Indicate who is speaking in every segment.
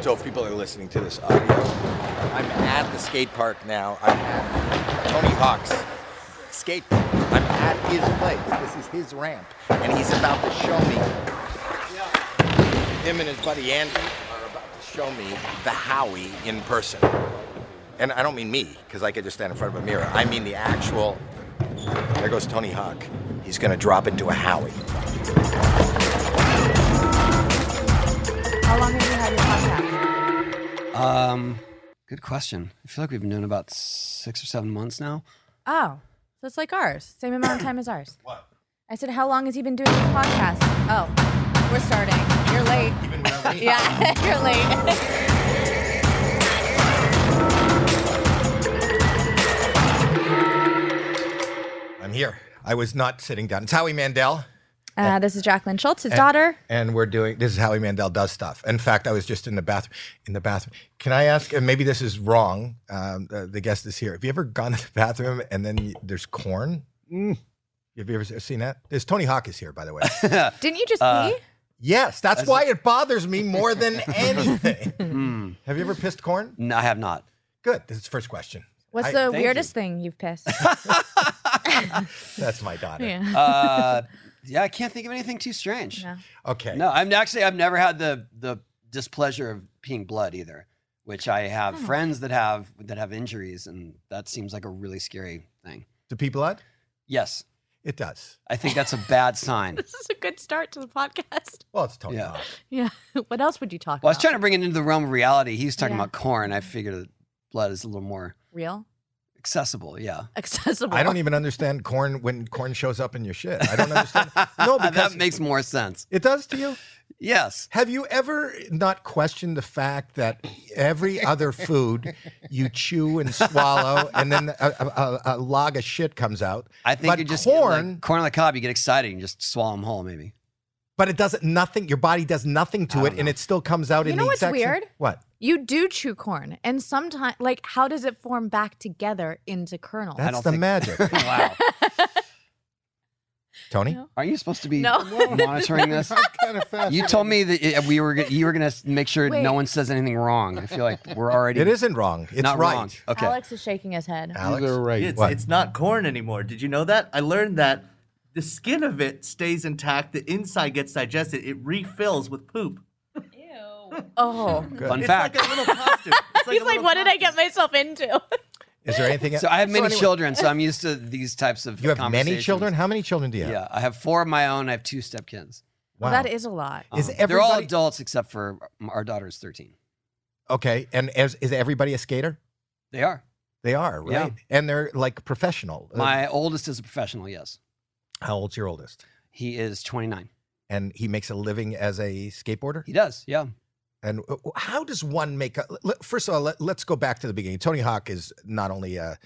Speaker 1: So if people are listening to this audio, I'm at the skate park now. I'm at Tony Hawk's skate park. I'm at his place. This is his ramp. And he's about to show me. Him and his buddy Andy are about to show me the Howie in person. And I don't mean me, because I could just stand in front of a mirror. I mean the actual. There goes Tony Hawk. He's going to drop into a Howie.
Speaker 2: How long have you had your podcast?
Speaker 3: Um, good question. I feel like we've known about six or seven months now.
Speaker 2: Oh, so it's like ours. Same amount of time as ours. What? I said, how long has he been doing this podcast? Oh, we're starting. You're late.
Speaker 1: Even when I'm leaving.
Speaker 2: Yeah, you're late.
Speaker 1: I'm here. I was not sitting down. It's Howie Mandel.
Speaker 2: Uh, this is Jacqueline Schultz, his daughter.
Speaker 1: And we're doing this is Howie Mandel does stuff. In fact, I was just in the bathroom. In the bathroom, can I ask? And maybe this is wrong. Um, the, the guest is here. Have you ever gone to the bathroom and then y- there's corn?
Speaker 3: Mm.
Speaker 1: Have you ever se- seen that? There's Tony Hawk is here, by the way.
Speaker 3: uh,
Speaker 2: Didn't you just pee?
Speaker 1: yes, that's why it bothers me more than anything. Have you ever pissed corn?
Speaker 3: No, I have not.
Speaker 1: Good. This is the first question.
Speaker 2: What's
Speaker 1: I-
Speaker 2: the
Speaker 3: thank you.
Speaker 2: weirdest thing you've pissed?
Speaker 1: That's my daughter.
Speaker 2: yeah.
Speaker 3: Uh, yeah, I can't think of anything too strange.
Speaker 2: No.
Speaker 1: Okay.
Speaker 3: No, I'm actually I've never had the the displeasure of peeing blood either, which I have friends that have that have injuries, and that seems like a really scary thing.
Speaker 1: Do people blood?
Speaker 3: Yes,
Speaker 1: It does.
Speaker 3: I think that's a bad sign.
Speaker 2: This is a good start to the podcast.
Speaker 1: Well, it's Tony
Speaker 3: Yeah.
Speaker 1: Hawk.
Speaker 2: Yeah. What else would you talk
Speaker 3: Well, I was
Speaker 2: about?
Speaker 3: trying to bring it into the realm of reality. He was talking
Speaker 2: Yeah.
Speaker 3: about corn. I figured that blood is a little more
Speaker 2: Real?
Speaker 3: accessible. Yeah,
Speaker 2: Accessible.
Speaker 1: I don't
Speaker 3: e-
Speaker 1: even understand corn when corn shows up in your shit. I don't understand. No, because
Speaker 3: that makes more sense.
Speaker 1: it does to you.
Speaker 3: Yes.
Speaker 1: Have you ever not questioned the fact that every other food you chew and swallow, and then a, a, a, a log of shit comes out?
Speaker 3: I think
Speaker 1: but
Speaker 3: you just
Speaker 1: corn,
Speaker 3: like, corn on the cob. You get excited and you just swallow them whole, maybe.
Speaker 1: but it doesn't nothing. Your body does nothing to it, and it still comes out
Speaker 2: You
Speaker 1: in
Speaker 2: know
Speaker 1: the
Speaker 2: what's
Speaker 1: exact same-
Speaker 2: weird?
Speaker 1: What?
Speaker 2: You do chew corn, and sometimes, like, how does it form back together into kernels?
Speaker 1: That's
Speaker 3: don't
Speaker 1: the
Speaker 3: think-
Speaker 1: magic,
Speaker 3: wow.
Speaker 1: Tony.
Speaker 3: Are you supposed to be
Speaker 2: No.
Speaker 3: monitoring this?
Speaker 1: kind of fast.
Speaker 3: You told me that it- we were g- you were gonna s- make sure
Speaker 2: Wait.
Speaker 3: no one says anything wrong. I feel like we're already
Speaker 1: it isn't wrong. It's
Speaker 3: not
Speaker 1: right.
Speaker 3: wrong. Okay. Uh,
Speaker 2: Alex is shaking his head.
Speaker 1: Alex,
Speaker 4: You're right.
Speaker 5: It's,
Speaker 1: What?
Speaker 5: it's not corn anymore. Did you know that? I learned that the skin of it stays intact. The inside gets digested. It refills with poop.
Speaker 2: Oh.
Speaker 3: Fun
Speaker 5: it's
Speaker 3: fact.
Speaker 5: like a little costume. It's like
Speaker 2: He's
Speaker 5: a
Speaker 2: like,
Speaker 5: little
Speaker 2: what did I get
Speaker 5: costume."
Speaker 2: myself into?
Speaker 1: is there anything?
Speaker 3: so I have many
Speaker 1: anyway,
Speaker 3: children, so I'm used to these types of.
Speaker 1: You have many
Speaker 3: conversations.
Speaker 1: children. How many children do you have?
Speaker 3: Yeah, I have four of my own. I have two stepkids. Um,
Speaker 2: Well, that is a lot.
Speaker 1: Is
Speaker 3: They're all
Speaker 1: everybody-
Speaker 3: adults except for our daughter's 13.
Speaker 1: Okay, and is, is everybody a skater?
Speaker 3: They are.
Speaker 1: They are, right?
Speaker 3: Yeah.
Speaker 1: And they're like professional. Uh,
Speaker 3: My oldest is a professional. Yes,
Speaker 1: How old's your oldest?
Speaker 3: he is 29.
Speaker 1: And he makes a living as a skateboarder.
Speaker 3: He does. Yeah.
Speaker 1: And uh, how does one make a? let- First of all, let, let's go back to the beginning. Tony Hawk is not only a,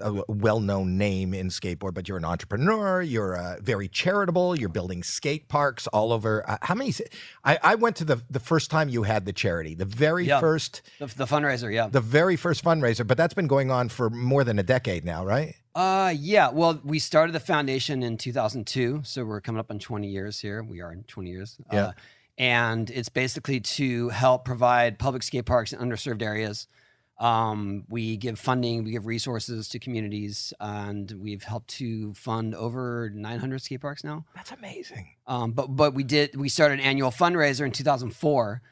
Speaker 1: a well-known name in skateboard, but you're an entrepreneur. You're uh, very charitable. You're building skate parks all over. Uh, how many? s- I, I went to the the first time you had the charity, the very
Speaker 3: Yeah.
Speaker 1: first,
Speaker 3: The, the fundraiser. Yeah.
Speaker 1: the very first fundraiser. But that's been going on for more than a decade now, right?
Speaker 3: Uh, yeah. Well, we started the foundation in 2002, so we're coming up on 20 years here. We are in 20 years.
Speaker 1: Yeah.
Speaker 3: Uh, and it's basically to help provide public skate parks in underserved areas. Um, we give funding, we give resources to communities, and we've helped to fund over 900 skate parks now.
Speaker 1: That's amazing.
Speaker 3: Um, but but we did we started an annual fundraiser in 2004,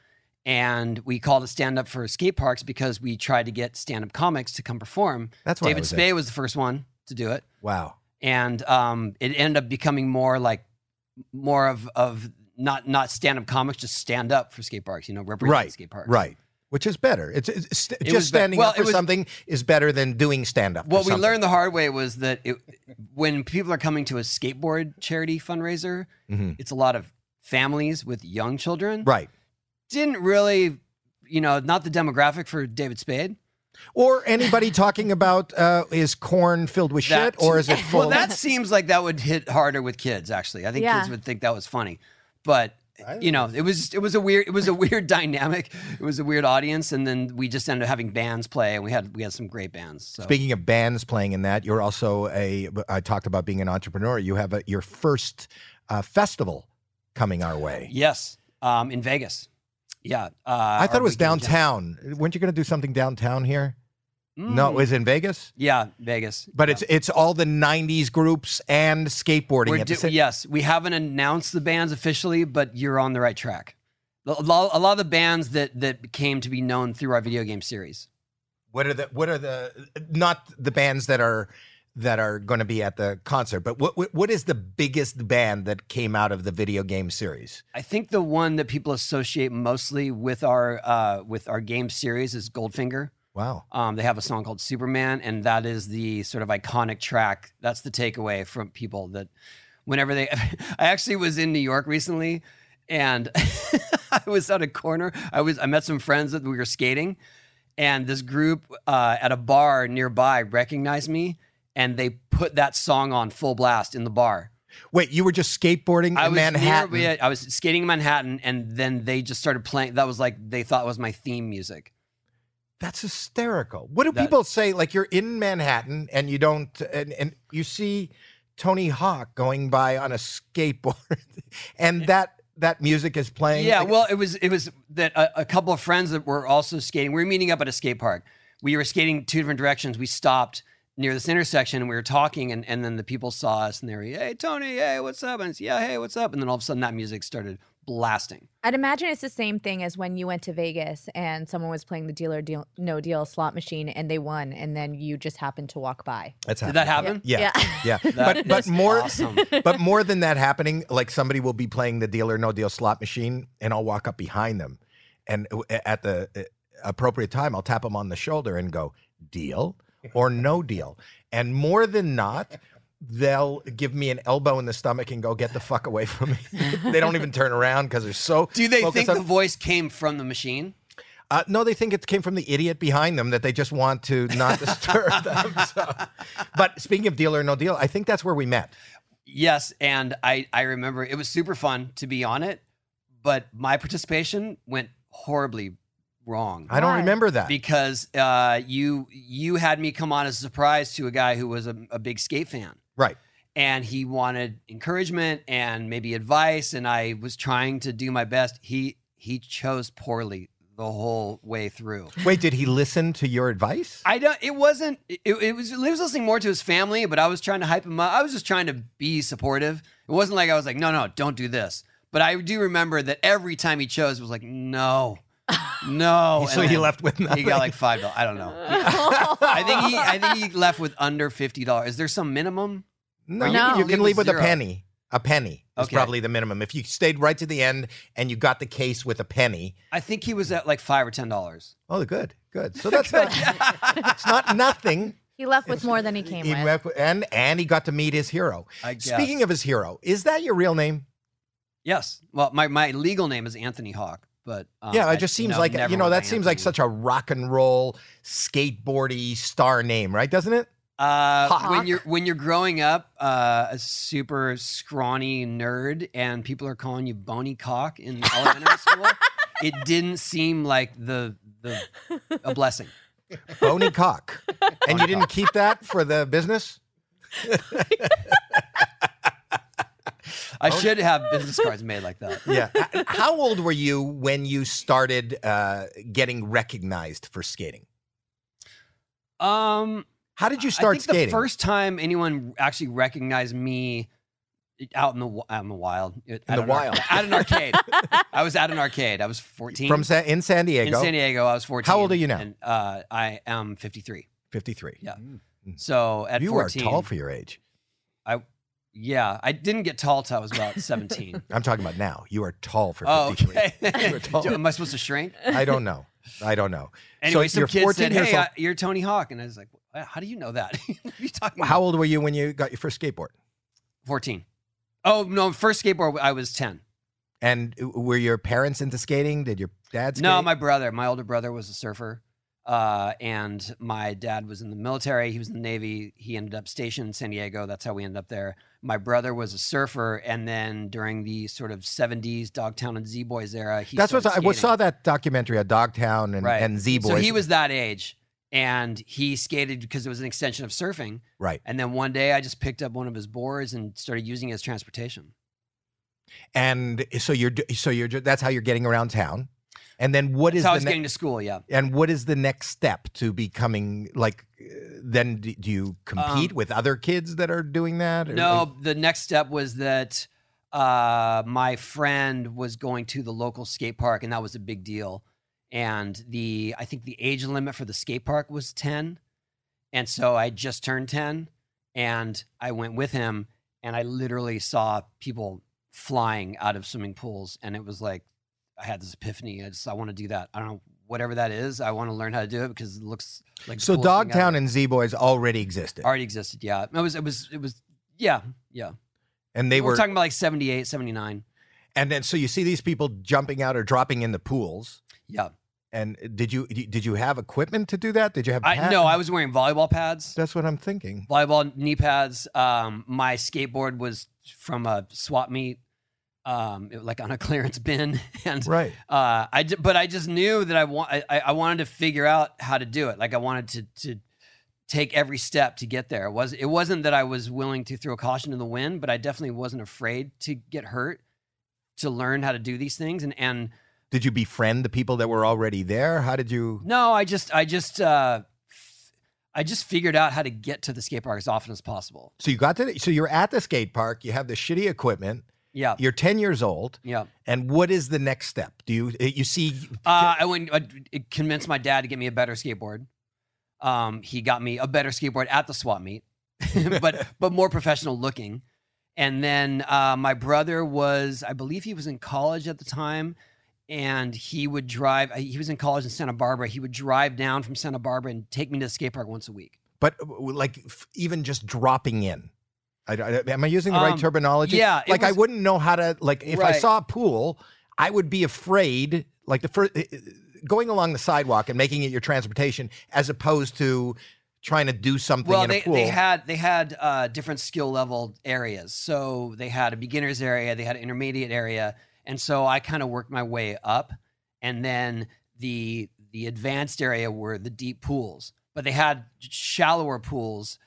Speaker 3: and we called it Stand Up for Skate Parks because we tried to get stand up comics to come perform.
Speaker 1: That's what I
Speaker 3: David
Speaker 1: was at.
Speaker 3: Spade was the first one to do it,
Speaker 1: Wow.
Speaker 3: and um, it ended up becoming more like more of of not not stand up comics, just stand up for skate parks. You know, represent
Speaker 1: Right.
Speaker 3: skate parks.
Speaker 1: Right. Which is better. It's, it's st-
Speaker 3: was
Speaker 1: just
Speaker 3: bet-
Speaker 1: standing
Speaker 3: well,
Speaker 1: up for
Speaker 3: it was-
Speaker 1: something is better than doing stand up.
Speaker 3: What we learned the hard way was that it, when people are coming to a skateboard charity fundraiser, it's a lot of families with young children.
Speaker 1: Mm-hmm. Right.
Speaker 3: didn't really, you know, not the demographic for David Spade.
Speaker 1: Or anybody talking about uh, is corn filled with
Speaker 3: That
Speaker 1: shit or
Speaker 3: too.
Speaker 1: is it full?
Speaker 3: Well, that seems like that would hit harder with kids. Actually, I think
Speaker 2: Yeah.
Speaker 3: kids would think that was funny, but you know, it was it was a weird it was a weird dynamic. It was a weird audience, and then we just ended up having bands play, and we had we had some great bands. So.
Speaker 1: Speaking of bands playing in that, you're also a. I talked about being an entrepreneur. You have a, your first uh, festival coming our way.
Speaker 3: yes, um, in Vegas, Yeah. Uh,
Speaker 1: I thought
Speaker 3: our
Speaker 1: it was
Speaker 3: weekend jam.
Speaker 1: downtown. Weren't you going to do something downtown here? No, it
Speaker 3: Mm.
Speaker 1: was in Vegas.
Speaker 3: Yeah, Vegas.
Speaker 1: But
Speaker 3: Yeah.
Speaker 1: it's it's all the '90s groups and skateboarding.
Speaker 3: We're
Speaker 1: at the
Speaker 3: do-
Speaker 1: same-
Speaker 3: yes, we haven't announced the bands officially, but you're on the right track. A lot, a lot of the bands that that came to be known through our video game series.
Speaker 1: What are the what are the not the bands that are that are going to be at the concert? But what, what what is the biggest band that came out of the video game series?
Speaker 3: I think the one that people associate mostly with our uh, with our game series is Goldfinger.
Speaker 1: Wow.
Speaker 3: Um, they have a song called Superman, and that is the sort of iconic track. That's the takeaway from people that whenever they, I actually was in New York recently, and I was at a corner. I was I met some friends that we were skating, and this group uh, at a bar nearby recognized me, and they put that song on full blast in the bar.
Speaker 1: Wait, you were just skateboarding
Speaker 3: I
Speaker 1: in
Speaker 3: was
Speaker 1: Manhattan.
Speaker 3: near- I was skating in Manhattan, and then they just started playing. That was like they thought was my theme music.
Speaker 1: That's hysterical. What do
Speaker 3: That-
Speaker 1: people say? Like you're in Manhattan and you don't, and, and you see Tony Hawk going by on a skateboard, and that that music is playing.
Speaker 3: Yeah,
Speaker 1: Like,
Speaker 3: well, it was it was that a, a couple of friends that were also skating. We were meeting up at a skate park. We were skating two different directions. We stopped near this intersection and we were talking, and, and then the people saw us and they were, "Hey, Tony, hey, what's up?" And it's, "Yeah, hey, what's up?" And then all of a sudden, that music started blasting.
Speaker 2: I'd imagine it's the same thing as when you went to Vegas and someone was playing the deal or deal, no deal slot machine and they won, and then you just happened to walk by.
Speaker 1: that's
Speaker 3: Did
Speaker 1: happening.
Speaker 3: that happen?
Speaker 1: Yeah, yeah.
Speaker 3: That
Speaker 1: but but
Speaker 3: is
Speaker 1: more
Speaker 3: awesome.
Speaker 1: but more than that happening, like somebody will be playing the deal or no deal slot machine, and I'll walk up behind them, and w- at the uh, appropriate time, I'll tap them on the shoulder and go deal or no deal, and more than not. They'll give me an elbow in the stomach and go get the fuck away from me. they don't even turn around because they're so.
Speaker 3: Do they
Speaker 1: focused
Speaker 3: think
Speaker 1: on-
Speaker 3: the voice came from the machine?
Speaker 1: uh, no, they think it came from the idiot behind them that they just want to not disturb them. So. But speaking of deal or no deal, I think that's where we met.
Speaker 3: Yes, and I I remember it was super fun to be on it, but my participation went horribly wrong.
Speaker 1: I don't
Speaker 2: Why?
Speaker 1: remember that.
Speaker 3: because uh, you you had me come on as a surprise to a guy who was a, a big skate fan
Speaker 1: right.
Speaker 3: and he wanted encouragement and maybe advice and i was trying to do my best he he chose poorly the whole way through
Speaker 1: Wait, did he listen to your advice?
Speaker 3: i don't it wasn't it, it was he was listening more to his family but i was trying to hype him up i was just trying to be supportive it wasn't like i was like no no don't do this but i do remember that every time he chose it was like no no
Speaker 1: so
Speaker 3: And
Speaker 1: he
Speaker 3: then-
Speaker 1: left with nothing.
Speaker 3: he got like five dollars. I don't know. I think he. I think he left with under fifty dollars. Is there some minimum?
Speaker 1: no,
Speaker 2: you
Speaker 1: you, you
Speaker 2: can
Speaker 3: leave
Speaker 1: can
Speaker 3: with
Speaker 1: leave with
Speaker 3: zero.
Speaker 1: a penny. A penny is
Speaker 3: Okay.
Speaker 1: probably the minimum. If you stayed right to the end and you got the case with a penny,
Speaker 3: I think he was at like five or ten dollars.
Speaker 1: oh, good, good. So that's not, it's not nothing.
Speaker 2: He left with more than he came
Speaker 1: He
Speaker 2: with.
Speaker 1: met with- and and he got to meet his hero.
Speaker 3: I guess.
Speaker 1: Speaking of his hero, is that your real name?
Speaker 3: Yes. Well, my, my legal name is Anthony Hawk, but um,
Speaker 1: yeah,
Speaker 3: I-
Speaker 1: it just seems
Speaker 3: no,
Speaker 1: like
Speaker 3: never
Speaker 1: you know
Speaker 3: went by
Speaker 1: that seems like
Speaker 3: Anthony.
Speaker 1: such a rock and roll skateboardy star name, right? Doesn't it?
Speaker 3: Uh, when
Speaker 2: Hawk.
Speaker 3: you're when you're growing up, uh, a super scrawny nerd, and people are calling you Bony Cock in elementary school, it didn't seem like the the a blessing.
Speaker 1: Bony cock. And
Speaker 3: Bony
Speaker 1: you didn't
Speaker 3: cock.
Speaker 1: keep that for the business?
Speaker 3: I should have business cards made like that.
Speaker 1: yeah. H- How old were you when you started uh, getting recognized for skating?
Speaker 3: Um,
Speaker 1: How did you
Speaker 3: I
Speaker 1: start
Speaker 3: think
Speaker 1: skating?
Speaker 3: The first time anyone actually recognized me out in the wi- out in the wild, in
Speaker 1: the wild.
Speaker 3: at an arcade. I was at an arcade. I was fourteen
Speaker 1: From Sa- in San Diego.
Speaker 3: in San Diego. I was fourteen.
Speaker 1: How old are you now?
Speaker 3: And, uh, I am fifty-three.
Speaker 1: 53.
Speaker 3: Yeah. So at
Speaker 1: Mm. you
Speaker 3: fourteen,
Speaker 1: are tall for your age.
Speaker 3: yeah, I didn't get tall till I was about seventeen.
Speaker 1: I'm talking about now. You are tall for
Speaker 3: oh,
Speaker 1: 53.
Speaker 3: okay.
Speaker 1: You were tall.
Speaker 3: Am I supposed to shrink?
Speaker 1: I don't know. I don't know.
Speaker 3: Anyway,
Speaker 1: so
Speaker 3: some
Speaker 1: you're
Speaker 3: kid
Speaker 1: 14
Speaker 3: said,
Speaker 1: years
Speaker 3: "Hey,
Speaker 1: old.
Speaker 3: I- you're Tony Hawk," and I was like, "Wha- uh, "How do you know that?" what are you talking about?
Speaker 1: How old were you when you got your first skateboard?
Speaker 3: 14. Oh no, first skateboard I was 10.
Speaker 1: And were your parents into skating? Did your dad skate?
Speaker 3: No, my brother, my older brother was a surfer. Uh, and my dad was in the military. He was in the Navy. He ended up stationed in San Diego. That's how we ended up there. My brother was a surfer. And then during the sort of 70s Dogtown and Z Boys era, he
Speaker 1: That's what I,
Speaker 3: started
Speaker 1: I saw
Speaker 3: skating.
Speaker 1: that documentary at Dogtown and,
Speaker 3: Right.
Speaker 1: and Z Boys.
Speaker 3: So he was that age. And he skated because it was an extension of surfing.
Speaker 1: right.
Speaker 3: And then one day I just picked up one of his boards and started using it as transportation.
Speaker 1: And so you're so you're that's how you're getting around town. And then what is
Speaker 3: That's how
Speaker 1: the
Speaker 3: I was
Speaker 1: ne-
Speaker 3: getting to school. Yeah.
Speaker 1: and what is the next step to becoming like? uh, Then do, do you compete with other kids that are doing that? Or-
Speaker 3: Um, No, the next step was that uh, my friend was going to the local skate park, and that was a big deal. And the I think the age limit for the skate park was ten, and so I just turned ten, and I went with him, and I literally saw people flying out of swimming pools, and it was like I had this epiphany. I just I want to do that. I don't know whatever that is. I want to learn how to do it because it looks like the
Speaker 1: So
Speaker 3: coolest thing
Speaker 1: Dogtown
Speaker 3: ever.
Speaker 1: and Z Boys already existed,
Speaker 3: already existed. Yeah, it was it was it was yeah yeah
Speaker 1: and they
Speaker 3: we're
Speaker 1: were.
Speaker 3: talking about like 78 79
Speaker 1: and then so you see these people jumping out or dropping in the pools.
Speaker 3: yeah
Speaker 1: And did you did you have equipment to do that? Did you have?
Speaker 3: i
Speaker 1: pads?
Speaker 3: no i was wearing volleyball pads
Speaker 1: That's what I'm thinking.
Speaker 3: volleyball knee pads um my skateboard was from a swap meet um it- like on a clearance bin and
Speaker 1: Right.
Speaker 3: uh i ju- but i just knew that i want I, I wanted to figure out how to do it like i wanted to to take every step to get there it was it wasn't that i was willing to throw caution to the wind but i definitely wasn't afraid to get hurt to learn how to do these things and and
Speaker 1: Did you befriend the people that were already there? How did you?
Speaker 3: No, I just, I just, uh, f- I just figured out how to get to the skate park as often as possible.
Speaker 1: So you got to. the- So you're at the skate park. You have the shitty equipment.
Speaker 3: Yeah,
Speaker 1: You're 10 years old.
Speaker 3: yeah.
Speaker 1: And what is the next step? Do you you see?
Speaker 3: Uh, I went, I it convinced my dad to get me a better skateboard. Um, he got me a better skateboard at the swap meet, but but more professional looking. And then uh, my brother was, I believe he was in college at the time, and he would drive. He was in college in Santa Barbara. He would drive down from Santa Barbara and take me to the skate park once a week.
Speaker 1: But uh, like f- even just dropping in. I, I- am I using the right
Speaker 3: Um,
Speaker 1: terminology?
Speaker 3: yeah, it
Speaker 1: Like I
Speaker 3: was-
Speaker 1: wouldn't know how to like if I
Speaker 3: Right.
Speaker 1: saw a pool, I would be afraid. Like the first going along the sidewalk and making it your transportation, as opposed to trying to do something
Speaker 3: well
Speaker 1: in
Speaker 3: they,
Speaker 1: a pool.
Speaker 3: they had they had uh, different skill level areas so they had a beginners area they had an intermediate area and so i kind of worked my way up and then the the advanced area were the deep pools but they had shallower pools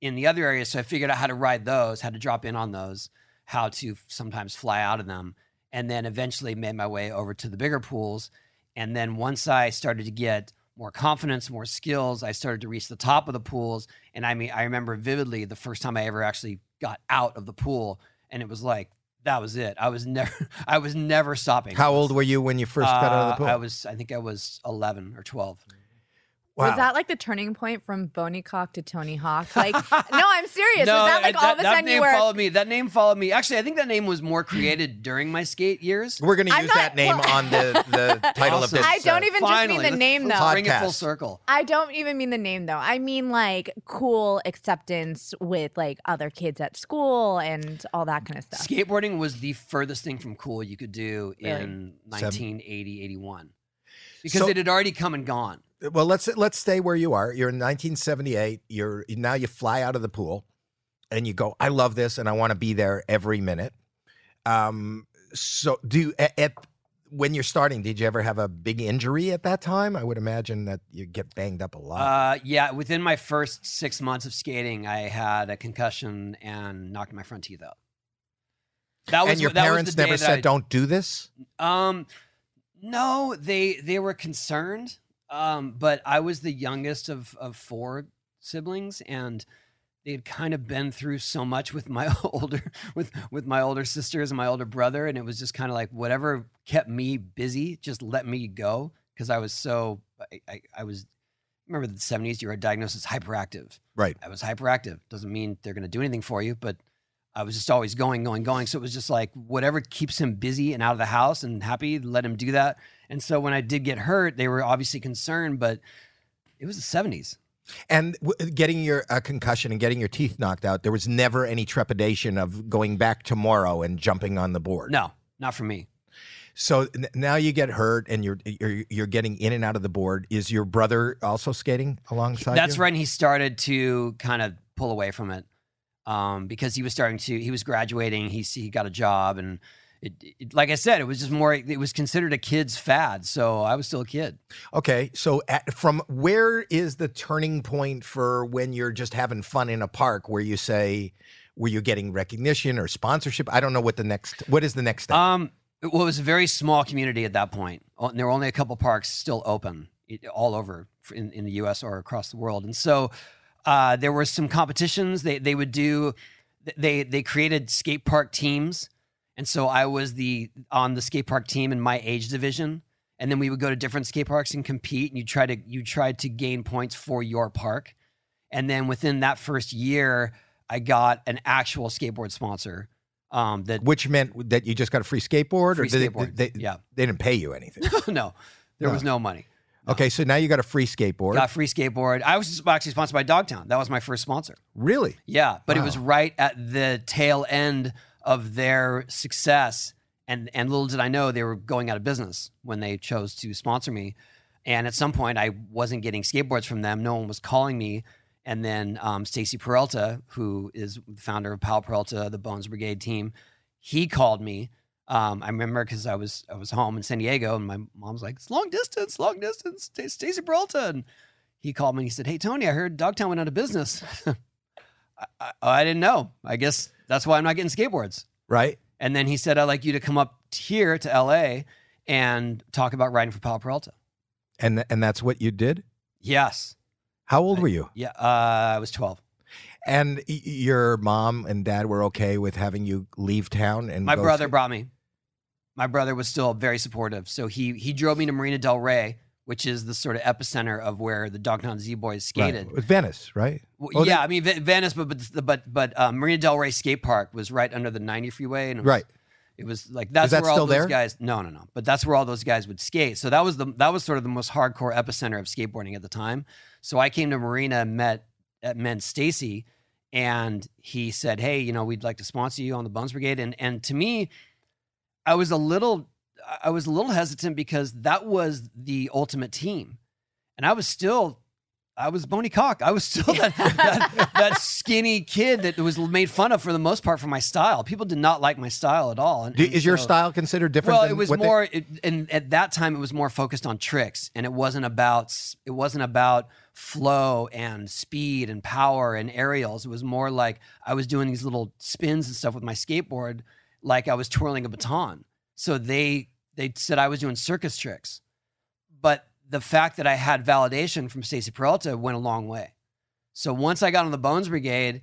Speaker 3: in the other areas so i figured out how to ride those how to drop in on those how to f- sometimes fly out of them and then eventually made my way over to the bigger pools and then once i started to get more confidence more skills i started to reach the top of the pools and i mean i remember vividly the first time i ever actually got out of the pool and it was like that was it i was never i was never stopping
Speaker 1: How old were you when you first got out of the
Speaker 3: Uh,
Speaker 1: pool?
Speaker 3: i was i think i was 11 or 12
Speaker 1: wow.
Speaker 2: Was that like the turning point from Boney Cock to Tony Hawk? Like, no, I'm serious. was that like
Speaker 3: that,
Speaker 2: all of a
Speaker 3: that
Speaker 2: sudden
Speaker 3: name
Speaker 2: you were?
Speaker 3: followed me. That name followed me. Actually, I think that name was more created during my skate years.
Speaker 1: We're going to
Speaker 2: I'm
Speaker 1: use
Speaker 2: not-
Speaker 1: that name
Speaker 2: well-
Speaker 1: on the, the title of
Speaker 3: Awesome.
Speaker 1: this. uh,
Speaker 2: I don't even just
Speaker 3: Finally,
Speaker 2: mean the
Speaker 3: let's-
Speaker 2: name
Speaker 3: let's
Speaker 2: though.
Speaker 3: Bring it full
Speaker 1: Podcast.
Speaker 3: circle.
Speaker 2: I don't even mean the name though. I mean like cool acceptance with like other kids at school and all that kind of stuff.
Speaker 3: Skateboarding was the furthest thing from cool you could do
Speaker 2: Really?
Speaker 3: in 1980, 81. Because
Speaker 1: So-
Speaker 3: it had already come and gone.
Speaker 1: uh, Well, let's let's stay where you are. You're in 1978. You're now you fly out of the pool, and you go. I love this, and I want to be there every minute. Um. So do you, at, at when you're starting, did you ever have a big injury at that time? I would imagine that you get banged up a lot.
Speaker 3: Uh, yeah, within my first six months of skating, I had a concussion and knocked my front teeth out. That was
Speaker 1: and your
Speaker 3: that was the
Speaker 1: parents never
Speaker 3: day that
Speaker 1: said,
Speaker 3: I-
Speaker 1: "Don't do this."
Speaker 3: Um, no, they they were concerned. Um, but I was the youngest of of four siblings, and they had kind of been through so much with my older with with my older sisters and my older brother, and it was just kind of like whatever kept me busy, just let me go because I was so I, I, I was remember the seventies you were diagnosed as hyperactive.
Speaker 1: Right.
Speaker 3: I was hyperactive. Doesn't mean they're going to do anything for you, but I was just always going, going, going. So it was just like whatever keeps him busy and out of the house and happy, let him do that. And so when I did get hurt, they were obviously concerned, but it was the 70s.
Speaker 1: And w- getting your uh, concussion and getting your teeth knocked out, there was never any trepidation of going back tomorrow and jumping on the board.
Speaker 3: No, not for me.
Speaker 1: So n- now you get hurt, and you're you're you're getting in and out of the board. Is your brother also skating alongside?
Speaker 3: That's
Speaker 1: you?
Speaker 3: when he started to kind of pull away from it um, because he was starting to, he was graduating, he, he got a job. And it, it, like I said, it was just more, it was considered a kid's fad. So I was still a kid.
Speaker 1: Okay, so at, from where is the turning point for when you're just having fun in a park, where you say, where you're getting recognition or sponsorship? I don't know what the next. What is the next step?
Speaker 3: Um, it was a very small community at that point. Oh, and there were only a couple parks still open it- all over f- in, in the U.S. or across the world, and so uh, there were some competitions. They they would do th- they they created skate park teams, and so I was the on the skate park team in my age division, and then we would go to different skate parks and compete, and you try to you tried to gain points for your park, and then within that first year, I got an actual skateboard sponsor. Um, that
Speaker 1: Which meant that you just got a free skateboard,
Speaker 3: Free
Speaker 1: or did
Speaker 3: skateboard.
Speaker 1: They, they,
Speaker 3: Yeah.
Speaker 1: they didn't pay you anything.
Speaker 3: no, there was no money.
Speaker 1: Okay, so now you got a free skateboard.
Speaker 3: Got free skateboard. I was actually sponsored by Dogtown. That was my first sponsor.
Speaker 1: Really?
Speaker 3: Yeah, but it was right at the tail end of their success, and and little did I know they were going out of business when they chose to sponsor me. And at some point, I wasn't getting skateboards from them. No one was calling me. And then um, Stacy Peralta, who is the founder of Pal Peralta, the Bones Brigade team, he called me. Um, I remember because I was I was home in San Diego, and my mom's like, "It's long distance, long distance." Sta- Stacy Peralta, and he called me and he said, "Hey Tony, I heard Dogtown went out of business." I, oh, I didn't know. I guess that's why I'm not getting skateboards.
Speaker 1: Right?
Speaker 3: And then he said, I'd like you to come up here to LA and talk about riding for Palo Peralta.
Speaker 1: And and that's what you did.
Speaker 3: Yes.
Speaker 1: How old were you?
Speaker 3: Yeah. Uh, I was 12.
Speaker 1: And y- your mom and dad were okay with having you leave town and
Speaker 3: My
Speaker 1: go
Speaker 3: brother
Speaker 1: sk-
Speaker 3: brought me. My brother was still very supportive. So he, he drove me to Marina Del Rey, which is the sort of epicenter of where the Dogtown Z Boys
Speaker 1: Right.
Speaker 3: skated.
Speaker 1: With Venice, right?
Speaker 3: Well,
Speaker 1: Oh, they-
Speaker 3: yeah. I mean, Ve- Venice, but, but, but, but um, Marina Del Rey skate park was right under the 90 freeway. And it was-
Speaker 1: Right.
Speaker 3: It was like that's
Speaker 1: that
Speaker 3: where all
Speaker 1: still
Speaker 3: those
Speaker 1: there?
Speaker 3: guys. No, no, no. But that's where all those guys would skate. So that was the that was sort of the most hardcore epicenter of skateboarding at the time. So I came to Marina, and met at met Stacy, and he said, "Hey, you know, we'd like to sponsor you on the Buns Brigade." And and to me, I was a little I- I was a little hesitant because that was the ultimate team, and I was still. I was Boney Cock. I was still that, that, that skinny kid that was made fun of for the most part for my style. People did not like my style at all. And,
Speaker 1: Do-
Speaker 3: and
Speaker 1: is your
Speaker 3: Mm-hmm. so-
Speaker 1: style considered different?
Speaker 3: well,
Speaker 1: than
Speaker 3: it was
Speaker 1: what they-
Speaker 3: more, it, and at that time, it was more focused on tricks, and it wasn't about s- it wasn't about flow and speed and power and aerials. It was more like I was doing these little spins and stuff with my skateboard, like I was twirling a baton. So they they said I was doing circus tricks, but the fact that I had validation from Stacy Peralta went a long way. So once I got on the Bones Brigade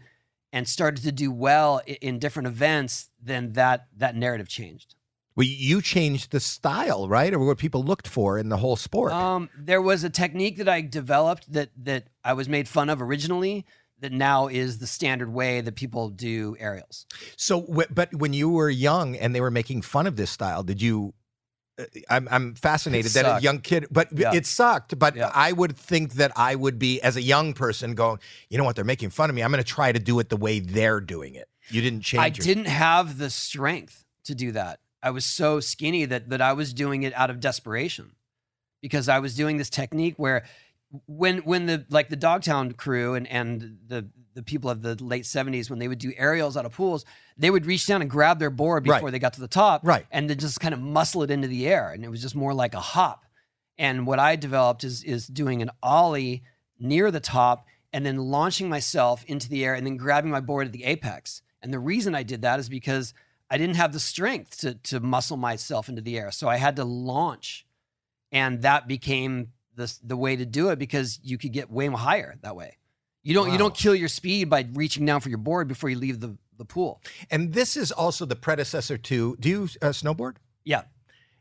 Speaker 3: and started to do well i- in different events, then that that narrative changed.
Speaker 1: well, you changed the style, right, or what people looked for in the whole sport.
Speaker 3: Um, there was a technique that I developed that that I was made fun of originally. That now is the standard way that people do aerials.
Speaker 1: So, wh- but when you were young and they were making fun of this style, did you? uh, I'm I'm fascinated
Speaker 3: It
Speaker 1: that a
Speaker 3: sucked.
Speaker 1: young kid, but
Speaker 3: Yeah.
Speaker 1: it sucked. But
Speaker 3: Yeah.
Speaker 1: I would think that I would be as a young person going, you know what, they're making fun of me. I'm going to try to do it the way they're doing it. You didn't change.
Speaker 3: I
Speaker 1: your-
Speaker 3: didn't have the strength to do that. I was so skinny that that I was doing it out of desperation, because I was doing this technique where, when when the like the Dogtown crew and and the the people of the late seventies when they would do aerials out of pools, they would reach down and grab their board
Speaker 1: Right.
Speaker 3: before they got to the top,
Speaker 1: Right.
Speaker 3: and then just kind of muscle it into the air, and it was just more like a hop. And what I developed is is doing an ollie near the top and then launching myself into the air and then grabbing my board at the apex. And the reason I did that is because I didn't have the strength to to muscle myself into the air. So I had to launch. And that became the the way to do it because you could get way higher that way. You don't you
Speaker 1: Wow.
Speaker 3: don't kill your speed by reaching down for your board before you leave the, the pool.
Speaker 1: And this is also the predecessor to. Do you uh, snowboard?
Speaker 3: Yeah.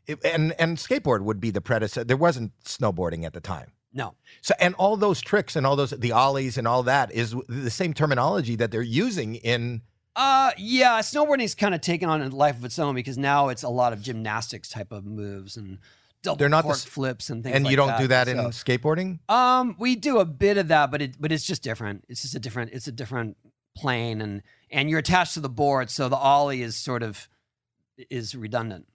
Speaker 1: It- and and skateboard would be the predecessor. There wasn't snowboarding at the time.
Speaker 3: No.
Speaker 1: So and all those tricks and all those the ollies and all that is w- the same terminology that they're using in
Speaker 3: Uh, yeah, snowboarding's kind of taken on a life of its own because now it's a lot of gymnastics type of moves and double
Speaker 1: They're not the
Speaker 3: cork
Speaker 1: s-
Speaker 3: flips and things.
Speaker 1: and
Speaker 3: like
Speaker 1: you don't do that in
Speaker 3: So-
Speaker 1: skateboarding.
Speaker 3: um, we do a bit of that, but it but it's just different. It's just a different. It's a different plane, and and you're attached to the board, so the ollie is sort of is redundant.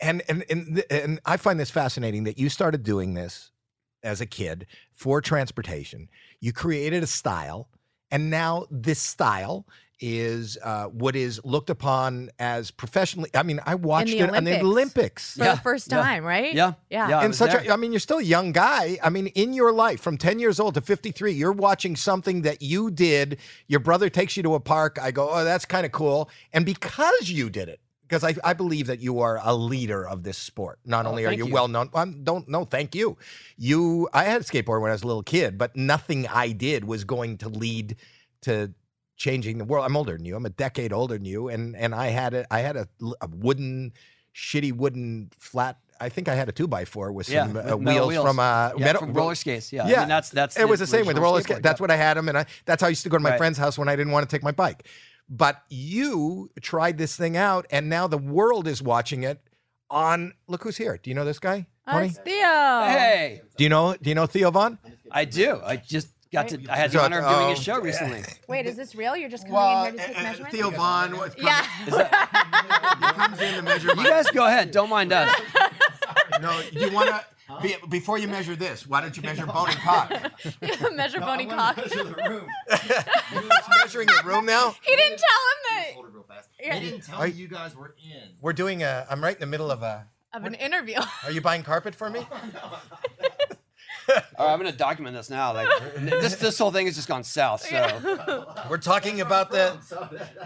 Speaker 1: And and and th- and I find this fascinating that you started doing this as a kid for transportation. You created a style, and now this style is uh, what is looked upon as professionally. I mean, I watched it on the
Speaker 2: Olympics.
Speaker 1: Olympics.
Speaker 2: For
Speaker 3: Yeah,
Speaker 2: the first
Speaker 3: yeah,
Speaker 2: time, right?
Speaker 3: Yeah,
Speaker 2: Yeah.
Speaker 3: yeah. I
Speaker 1: and
Speaker 3: was
Speaker 1: such
Speaker 3: there.
Speaker 1: a, I mean, you're still a young guy. I mean, in your life, from 10 years old to 53, you're watching something that you did. Your brother takes you to a park. I go, oh, that's kind of cool. And because you did it, because I, I believe that you are a leader of this sport. Not
Speaker 3: Oh,
Speaker 1: only are
Speaker 3: thank
Speaker 1: you,
Speaker 3: you.
Speaker 1: well known, i don't no, thank you. You, I had a skateboard when I was a little kid, but nothing I did was going to lead to changing the world. I'm older than you. I'm a decade older than you, and and I had a I had a, l- a wooden, shitty wooden flat. I think I had a two by four with
Speaker 3: Yeah,
Speaker 1: some
Speaker 3: with
Speaker 1: uh,
Speaker 3: metal
Speaker 1: wheels,
Speaker 3: wheels.
Speaker 1: from uh,
Speaker 3: Yeah,
Speaker 1: metal
Speaker 3: from roller skates. Yeah, I
Speaker 1: Yeah.
Speaker 3: mean, that's that's.
Speaker 1: it was the same with the
Speaker 3: original
Speaker 1: roller
Speaker 3: skateboard,
Speaker 1: skate. That's
Speaker 3: yeah.
Speaker 1: what I had them, and I, that's how I used to go to my
Speaker 3: Right.
Speaker 1: friend's house when I didn't want to take my bike. But you tried this thing out, and now the world is watching it. On look who's here. Do you know this guy?
Speaker 2: Oh,
Speaker 1: Tony?
Speaker 2: it's Theo.
Speaker 3: Hey,
Speaker 1: Do you know? Do you know Theo Vaughn?
Speaker 3: I do. I just got to. I had
Speaker 1: So,
Speaker 3: the honor of doing
Speaker 1: oh,
Speaker 3: his show recently.
Speaker 2: Wait, is this real? You're just coming in here to take
Speaker 1: uh,
Speaker 2: measurements?
Speaker 4: Theo Vaughn was comes,
Speaker 2: yeah.
Speaker 4: comes in to measure
Speaker 3: You
Speaker 4: my.
Speaker 3: guys go ahead. Don't mind us.
Speaker 4: no, you want to. Be, before you measure this, why don't you measure bone and cock?
Speaker 2: Measure bony cock. He
Speaker 1: He's measuring the room now.
Speaker 2: didn't tell him that.
Speaker 4: real fast.
Speaker 2: They Yeah.
Speaker 4: didn't tell
Speaker 1: Are-
Speaker 4: me you guys were in.
Speaker 1: We're doing a. I'm right in the middle of a.
Speaker 2: Of an interview.
Speaker 1: Are you buying carpet for me?
Speaker 3: All right, I'm gonna document this now. Like this, this whole thing has just gone south. So
Speaker 1: We're talking about the.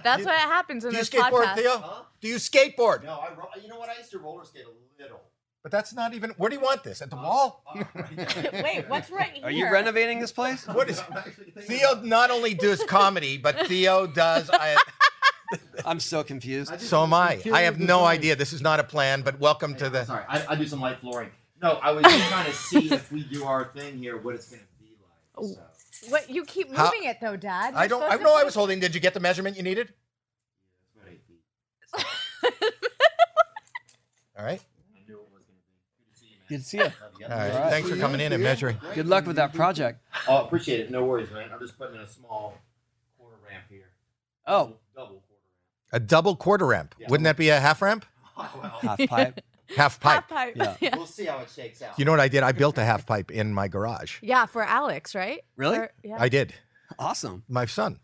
Speaker 2: That's what happens in
Speaker 1: Do you
Speaker 2: this
Speaker 1: skateboard,
Speaker 2: podcast.
Speaker 1: Theo? Do you skateboard?
Speaker 4: No, I. ro- You know what? I used to roller skate a little. Uh,
Speaker 1: But that's not even. Where do you want this? At the wall?
Speaker 2: Wait, what's right here?
Speaker 3: are you renovating this place?
Speaker 1: What is?
Speaker 4: I'm actually thinking
Speaker 1: Theo not only does comedy, but Theo does. I,
Speaker 3: I'm so confused.
Speaker 1: So am I. I have no idea. This is not a plan, but welcome to
Speaker 4: I'm
Speaker 1: the.
Speaker 4: Sorry, I, I do some light flooring. No, I was just trying to see if we do our thing here, what it's gonna be like. So.
Speaker 2: What you keep moving
Speaker 1: How-
Speaker 2: it though, Dad?
Speaker 1: I don't. I know. I was holding. Did you get the measurement you needed?
Speaker 4: That's what I think.
Speaker 1: All right.
Speaker 4: I knew it was gonna be. Good
Speaker 3: Good to
Speaker 4: to see you, man.
Speaker 3: see you.
Speaker 4: Love you.
Speaker 1: All right.
Speaker 3: Alright.
Speaker 1: Thanks for coming in and measuring.
Speaker 3: Good luck with that project.
Speaker 4: Oh, appreciate it. No worries, man. I'm just putting in a small quarter ramp here.
Speaker 3: Oh,
Speaker 4: double quarter
Speaker 1: A double quarter ramp. Wouldn't that be a half ramp?
Speaker 4: ramp. Oh, well,
Speaker 3: half uh, pipe.
Speaker 1: Half pipe.
Speaker 2: Half pipe.
Speaker 3: Yeah.
Speaker 2: Yeah.
Speaker 4: we'll see how it shakes out.
Speaker 1: You know what I did? I built a half pipe in my garage.
Speaker 2: Yeah, for Alex, right?
Speaker 3: Really?
Speaker 2: For- yeah.
Speaker 1: I did.
Speaker 3: Awesome.
Speaker 1: My son.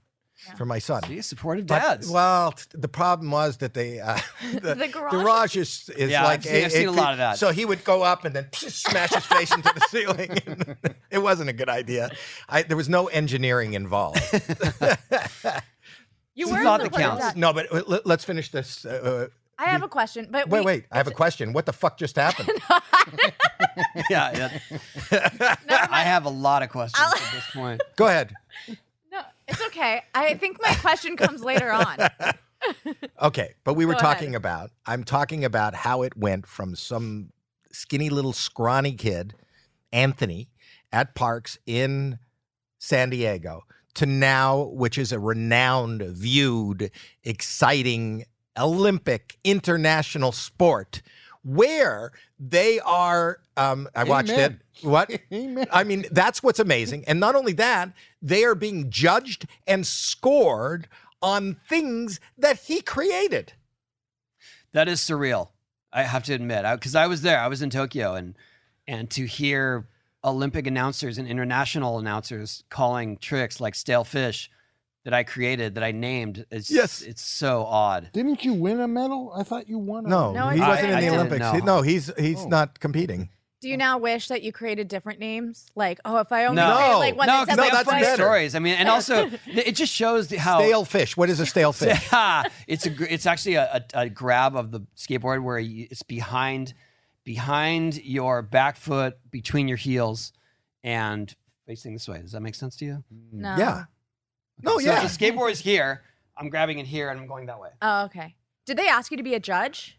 Speaker 1: For my son.
Speaker 3: Geez, supportive
Speaker 1: But-
Speaker 3: dads.
Speaker 1: well, t- the problem was that they uh, the,
Speaker 2: The garage-
Speaker 1: is, is
Speaker 3: Yeah, I've
Speaker 1: like
Speaker 3: seen- I've seen a lot of that.
Speaker 1: So he would go up and then smash his face into the ceiling. it wasn't a good idea. I, there was no engineering involved.
Speaker 2: You
Speaker 3: This
Speaker 2: were
Speaker 3: is not
Speaker 2: the
Speaker 3: the
Speaker 2: one
Speaker 3: counts.
Speaker 2: that-
Speaker 1: no, but uh, let- let's finish this. Uh,
Speaker 2: I have a question, but
Speaker 1: wait,
Speaker 2: we-
Speaker 1: wait. I have a question. What the fuck just happened?
Speaker 3: yeah, yeah. I have a lot of questions at this point.
Speaker 1: Go ahead.
Speaker 2: No, it's okay. I think my question comes later on.
Speaker 1: Okay, but we were
Speaker 2: Go ahead.
Speaker 1: talking about. I'm talking about how it went from some skinny little scrawny kid, Anthony, at Parks in San Diego, to now, which is a renowned, viewed, exciting Olympic international sport, where they are. Um, I watched it.
Speaker 6: Amen.
Speaker 1: What? I mean, that's what's amazing. And not only that, they are being judged and scored on things that he created.
Speaker 3: That is surreal. I have to admit, because I, was there. I was in Tokyo, and and to hear Olympic announcers and international announcers calling tricks like stale fish that I created, that I named. It's,
Speaker 1: Yes.
Speaker 3: it's so odd.
Speaker 6: Didn't you win a medal? I thought you won. A
Speaker 1: No,
Speaker 2: No, I
Speaker 1: he
Speaker 2: didn't.
Speaker 1: wasn't
Speaker 2: I
Speaker 1: in the
Speaker 2: didn't
Speaker 1: Olympics.
Speaker 3: know.
Speaker 1: He- no, he's he's
Speaker 6: Oh.
Speaker 1: not competing.
Speaker 2: Do you now wish that you created different names? Like, oh, if I only
Speaker 3: No.
Speaker 2: created like one
Speaker 3: no,
Speaker 2: that said
Speaker 3: because
Speaker 1: no,
Speaker 2: like,
Speaker 3: they
Speaker 1: that's
Speaker 3: have
Speaker 2: white-
Speaker 3: funny
Speaker 1: better.
Speaker 3: stories. I mean, and also th- it just shows the- how
Speaker 1: Stale fish. What is a stale fish?
Speaker 3: Yeah, it's a gr- it's actually a, a, a grab of the skateboard where you, it's behind behind your back foot between your heels and facing this way. Does that make sense to you?
Speaker 2: No.
Speaker 1: yeah. No,
Speaker 3: So
Speaker 1: yeah.
Speaker 3: if the skateboard is here, I'm grabbing it here and I'm going that way.
Speaker 2: Oh, okay. Did they ask you to be a judge?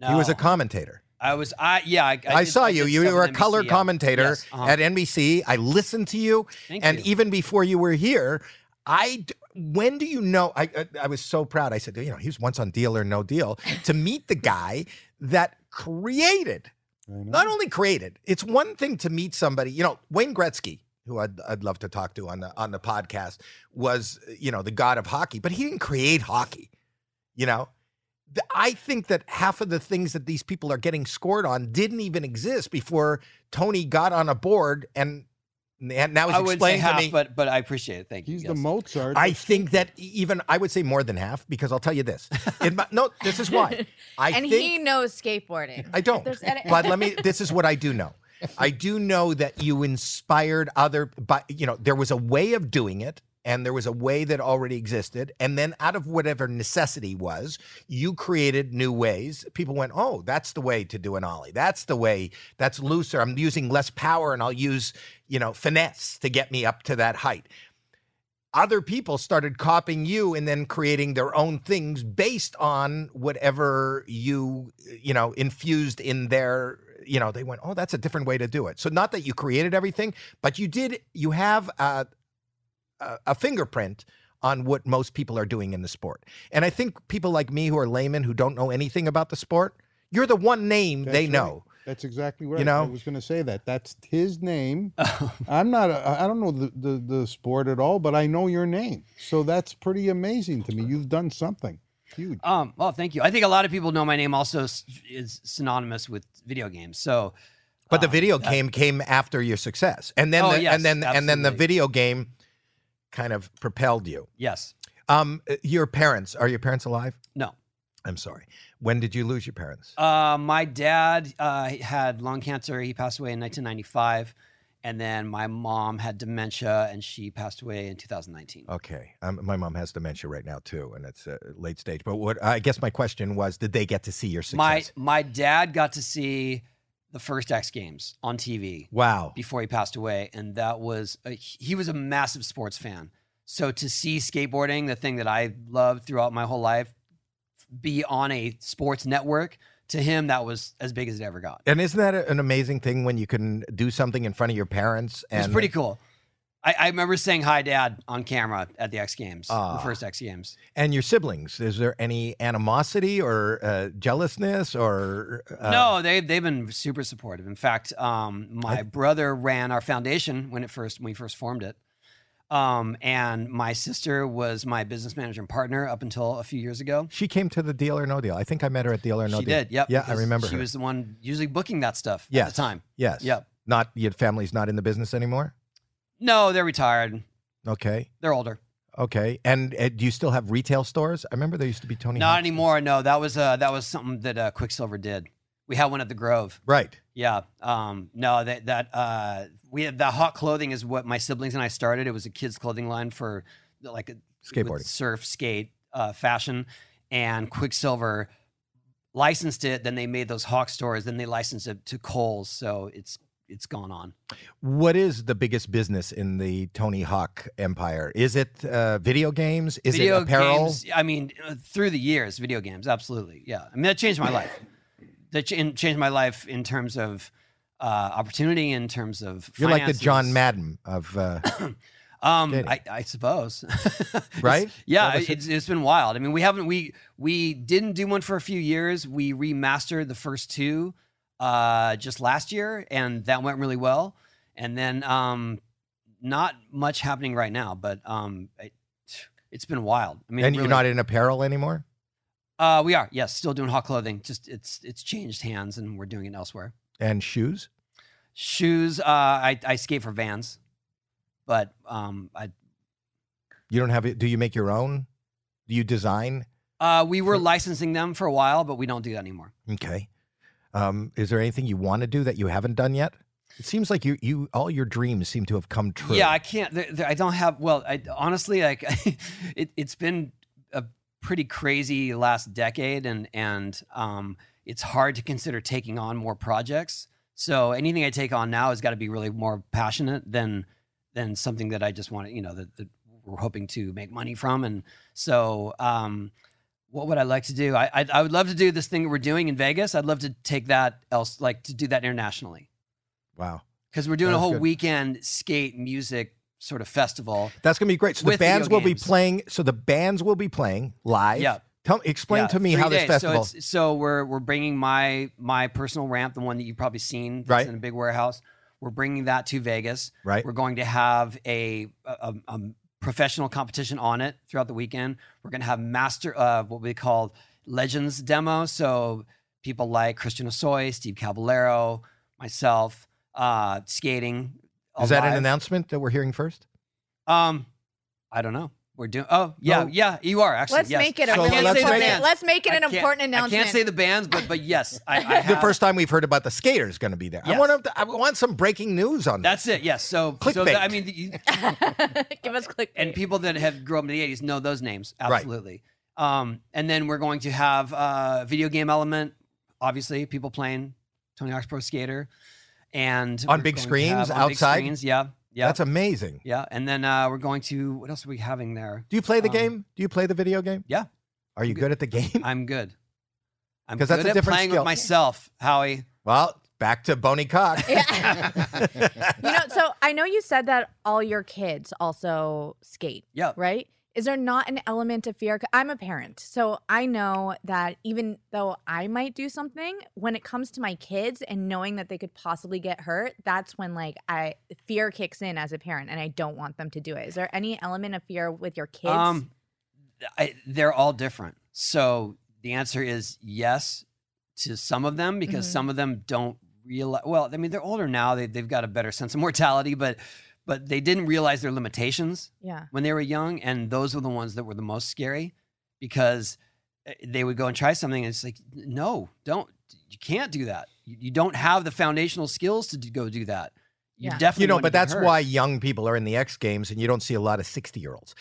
Speaker 3: No,
Speaker 1: He was a commentator.
Speaker 3: I was I yeah. I,
Speaker 1: I,
Speaker 3: did-
Speaker 1: saw
Speaker 3: did
Speaker 1: you. You
Speaker 3: stuff
Speaker 1: were a
Speaker 3: with NBC,
Speaker 1: color
Speaker 3: yeah.
Speaker 1: commentator
Speaker 3: Yes, uh-huh.
Speaker 1: at NBC. I listened to you,
Speaker 3: Thank
Speaker 1: and
Speaker 3: you.
Speaker 1: even before you were here, I. d- When do you know? I, I I was so proud. I said, you know, he was once on Deal or No Deal to meet the guy that created not
Speaker 3: Mm.
Speaker 1: only created. It's one thing to meet somebody, you know, Wayne Gretzky, who I'd, I'd love to talk to on the on the podcast, was you know the god of hockey, but he didn't create hockey. You know, The- I think that half of the things that these people are getting scored on didn't even exist before Tony got on a board and and now
Speaker 3: I
Speaker 1: he's
Speaker 3: wouldn't say
Speaker 1: explaining to
Speaker 3: half,
Speaker 1: me.
Speaker 3: but but I appreciate it. Thank you.
Speaker 6: He's
Speaker 3: yes.
Speaker 6: the Mozart.
Speaker 1: I think that e, even I would say more than half because I'll tell you this. It, mi- no, this is why. I
Speaker 2: and
Speaker 1: think
Speaker 2: he knows skateboarding.
Speaker 1: I don't.
Speaker 2: there's any-
Speaker 1: but let me. This is what I do know. I do know that you inspired other, but you know there was a way of doing it, and there was a way that already existed. And then, out of whatever necessity was, you created new ways. People went, "Oh, that's the way to do an ollie. That's the way. That's looser. I'm using less power, and I'll use you know finesse to get me up to that height." Other people started copying you and then creating their own things based on whatever you you know infused in their you know they went oh that's a different way to do it so not that you created everything but you did you have uh, a, a fingerprint on what most people are doing in the sport. And I think people like me who are laymen who don't know anything about the sport, you're the one name
Speaker 6: That's
Speaker 1: they
Speaker 6: right.
Speaker 1: know.
Speaker 6: That's exactly right. I
Speaker 1: know?
Speaker 6: was going to say that. That's his name.
Speaker 3: Oh.
Speaker 6: I'm not. A, I don't know the, the the sport at all, but I know your name. So that's pretty amazing to me. You've done something huge.
Speaker 3: Um, well, thank you. I think a lot of people know my name also s- is synonymous with video games. So,
Speaker 1: But the
Speaker 3: um,
Speaker 1: video
Speaker 3: that-
Speaker 1: game came after your success. And then
Speaker 3: Oh,
Speaker 1: the,
Speaker 3: yes,
Speaker 1: and then and then the
Speaker 3: absolutely.
Speaker 1: video game kind of propelled you.
Speaker 3: yes,
Speaker 1: Um your parents, are your parents alive?
Speaker 3: no.
Speaker 1: I'm sorry. When did you lose your parents?
Speaker 3: Uh, my dad uh, had lung cancer. He passed away in 1995, and then my mom had dementia, and she passed away in 2019.
Speaker 1: Okay. Um, my mom has dementia right now too and it's a late stage. But what I guess my question was did they get to see your success?
Speaker 3: my my dad got to see the first X Games on TV
Speaker 1: wow.
Speaker 3: before he passed away, and that was a, he was a massive sports fan. So to see skateboarding, the thing that I loved throughout my whole life, be on a sports network to him that was as big as it ever got.
Speaker 1: And isn't that a- an amazing thing when you can do something in front of your parents?
Speaker 3: It
Speaker 1: And
Speaker 3: was pretty cool. I, I remember saying hi, Dad, on camera at the X Games,
Speaker 1: Ah.
Speaker 3: the first X Games.
Speaker 1: And your siblings? Is there any animosity or uh, jealousness or? Uh,
Speaker 3: no, they they've been super supportive. In fact, um, my brother ran our foundation when it first when we first formed it, um, and my sister was my business manager and partner up until a few years ago.
Speaker 1: She came to the Deal or No Deal. I think I met her at Deal or Oh, No
Speaker 3: she
Speaker 1: Deal.
Speaker 3: did, yep.
Speaker 1: Yeah, I
Speaker 3: because
Speaker 1: remember
Speaker 3: She
Speaker 1: her.
Speaker 3: was the one usually booking that stuff at
Speaker 1: Yes.
Speaker 3: the time.
Speaker 1: yes.
Speaker 3: Yep.
Speaker 1: Not your family's not in the business anymore.
Speaker 3: No, they're retired.
Speaker 1: Okay.
Speaker 3: They're older.
Speaker 1: Okay. And uh, do you still have retail stores? I remember there used to be Tony.
Speaker 3: Not
Speaker 1: Hawk's.
Speaker 3: anymore. No, that was uh, that was something that uh, Quicksilver did. We had one at the Grove.
Speaker 1: Right.
Speaker 3: Yeah. Um, no, that that uh, we had the hot clothing is what my siblings and I started. It was a kids' clothing line for like a,
Speaker 1: Skateboarding.
Speaker 3: with surf, skate, uh, fashion, and Quicksilver licensed it. Then they made those Hawk stores. Then they licensed it to Kohl's. So it's it's gone on.
Speaker 1: What is the biggest business in the Tony Hawk empire? Is it uh, video games? Is it apparel?
Speaker 3: games. I mean, uh, through the years, video games. Absolutely. Yeah. I mean, that changed my life. That ch- changed my life in terms of uh, opportunity, in terms of
Speaker 1: You're like the John
Speaker 3: finances.
Speaker 1: Madden of. Uh,
Speaker 3: Um,
Speaker 1: Kidding.
Speaker 3: I, I suppose.
Speaker 1: Right?
Speaker 3: It's- yeah,
Speaker 1: That was it.
Speaker 3: it's, it's been wild. I mean, we haven't we we didn't do one for a few years. We remastered the first two uh, just last year, and that went really well. And then um, not much happening right now, but um, it, it's been wild. I mean,
Speaker 1: and
Speaker 3: really-
Speaker 1: you're not in apparel anymore.
Speaker 3: Uh, we are yes, still doing hot clothing. Just it's it's changed hands, and we're doing it elsewhere.
Speaker 1: and shoes.
Speaker 3: Shoes. Uh, I I skate for Vans, but um, I
Speaker 1: You don't have it. Do you make your own? Do you design?
Speaker 3: Uh, we were licensing them for a while, but we don't do that anymore.
Speaker 1: Okay. Um, is there anything you want to do that you haven't done yet? It seems like you, you all your dreams seem to have come true.
Speaker 3: Yeah, I can't. There, there, I don't have. Well, I honestly like. it, it's been a pretty crazy last decade, and and um, it's hard to consider taking on more projects. So anything I take on now has got to be really more passionate than than something that I just want. to, You know, that, that we're hoping to make money from, and so. Um, what would I like to do? I, I I would love to do this thing that we're doing in Vegas. I'd love to take that else, like to do that internationally.
Speaker 1: wow,
Speaker 3: because we're doing a
Speaker 1: Sounds
Speaker 3: whole
Speaker 1: good.
Speaker 3: weekend skate music sort of festival.
Speaker 1: that's gonna be great. So the
Speaker 3: With video
Speaker 1: bands will be
Speaker 3: games.
Speaker 1: playing. So the bands will be playing live.
Speaker 3: Yeah.
Speaker 1: Tell, explain
Speaker 3: Yeah,
Speaker 1: to me
Speaker 3: three
Speaker 1: how this
Speaker 3: days.
Speaker 1: festival.
Speaker 3: So, it's, so we're we're bringing my my personal ramp, the one that you've probably seen, that's
Speaker 1: Right.
Speaker 3: in a big warehouse. We're bringing that to Vegas.
Speaker 1: right.
Speaker 3: We're going to have a, a, a- a professional competition on it throughout the weekend. We're going to have master uh, what we call legends demo. So people like Christian Osoy, Steve Caballero, myself, uh, skating.
Speaker 1: Is that an
Speaker 3: alive.
Speaker 1: announcement that we're hearing first?
Speaker 3: Um, I don't know. We're doing. Oh yeah,
Speaker 6: No.
Speaker 3: yeah. You are actually.
Speaker 2: Let's
Speaker 3: yes.
Speaker 2: make it a
Speaker 3: I
Speaker 1: really
Speaker 3: can't
Speaker 1: let's
Speaker 3: say the
Speaker 1: make-
Speaker 3: bands.
Speaker 2: let's make it an
Speaker 3: I can't-
Speaker 2: important
Speaker 3: I can't
Speaker 2: announcement.
Speaker 3: say the bands, but but yes, I, I
Speaker 1: The
Speaker 3: have.
Speaker 1: first time we've heard about the skater is going to be there. I
Speaker 3: Uh, Yes.
Speaker 1: want to, I want some breaking news on that.
Speaker 3: That's it. Yes. So so that,
Speaker 1: Clickbait.
Speaker 3: I mean, you,
Speaker 2: Give us click.
Speaker 3: and people that have grown up in the '80s know those names
Speaker 1: Right.
Speaker 3: absolutely. Um, and then we're going to have uh, video game element. Obviously, people playing Tony Hawk's Pro Skater, and
Speaker 1: On
Speaker 3: we're
Speaker 1: big
Speaker 3: going to
Speaker 1: screens,
Speaker 3: have- on
Speaker 1: outside?
Speaker 3: Big screens, yeah, yeah,
Speaker 1: That's amazing.
Speaker 3: yeah. And then uh, we're going to. What else are we having there?
Speaker 1: Do you play the
Speaker 3: Um,
Speaker 1: game? Do you play the video game?
Speaker 3: yeah.
Speaker 1: Are you
Speaker 3: Good.
Speaker 1: good at the game?
Speaker 3: I'm good. I'm
Speaker 1: 'Cause
Speaker 3: good
Speaker 1: that's a
Speaker 3: at
Speaker 1: different
Speaker 3: playing
Speaker 1: skill.
Speaker 3: with myself, Howie.
Speaker 1: Well, back to Boney Cock.
Speaker 2: Yeah. you know, so I know you said that all your kids also skate,
Speaker 3: Yeah.
Speaker 2: right? Is there not an element of fear? 'Cause I'm a parent, so I know that even though I might do something, when it comes to my kids and knowing that they could possibly get hurt, that's when like I fear kicks in as a parent, and I don't want them to do it. Is there any element of fear with your kids?
Speaker 3: Um, I, they're all different. So the answer is yes to some of them because
Speaker 2: Mhm.
Speaker 3: some of them don't realize. Well, I mean, they're older now. They, they've got a better sense of mortality, but but they didn't realize their limitations
Speaker 2: yeah,
Speaker 3: when they were young, and those were the ones that were the most scary because eh, they would go and try something, and it's like, no, don't, you can't do that. You, you don't have the foundational skills to d- go do that. You
Speaker 2: Yeah.
Speaker 3: definitely
Speaker 1: you know, but
Speaker 3: wouldn't get
Speaker 1: that's
Speaker 3: hurt.
Speaker 1: why young people are in the X Games, and you don't see a lot of sixty-year-olds.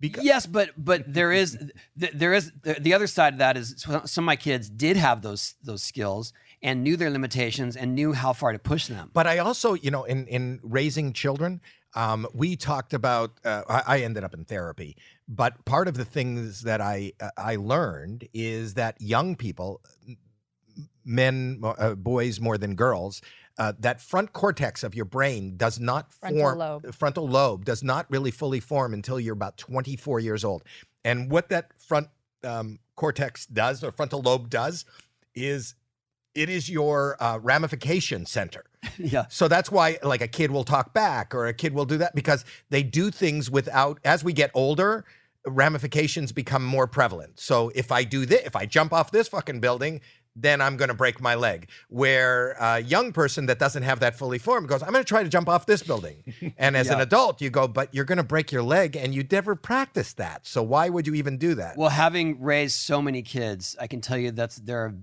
Speaker 1: Because
Speaker 3: yes, but but there is th- there is the, the other side of that is so- some of my kids did have those those skills and knew their limitations and knew how far to push them.
Speaker 1: But I also, you know, in in raising children, um, we talked about. Uh, I, I ended up in therapy, but part of the things that I uh, I learned is that young people, m- men, mo- uh, boys more than girls. Uh, that front cortex of your brain does not
Speaker 2: Frontal
Speaker 1: form
Speaker 2: lobe.
Speaker 1: frontal lobe does not really fully form until you're about 24 years old and what that front um, cortex does or frontal lobe does is it is your uh, ramification center
Speaker 3: yeah,
Speaker 1: so that's why, like, a kid will talk back or a kid will do that because they do things without, as we get older, ramifications become more prevalent. So if I do this, if I jump off this fucking building, then I'm going to break my leg. Where a young person that doesn't have that fully formed goes, I'm going to try to jump off this building. And as an
Speaker 3: Yeah.
Speaker 1: adult, you go, but you're going to break your leg and you never practiced that. So why would you even do that?
Speaker 3: well, having raised so many kids, I can tell you that's there are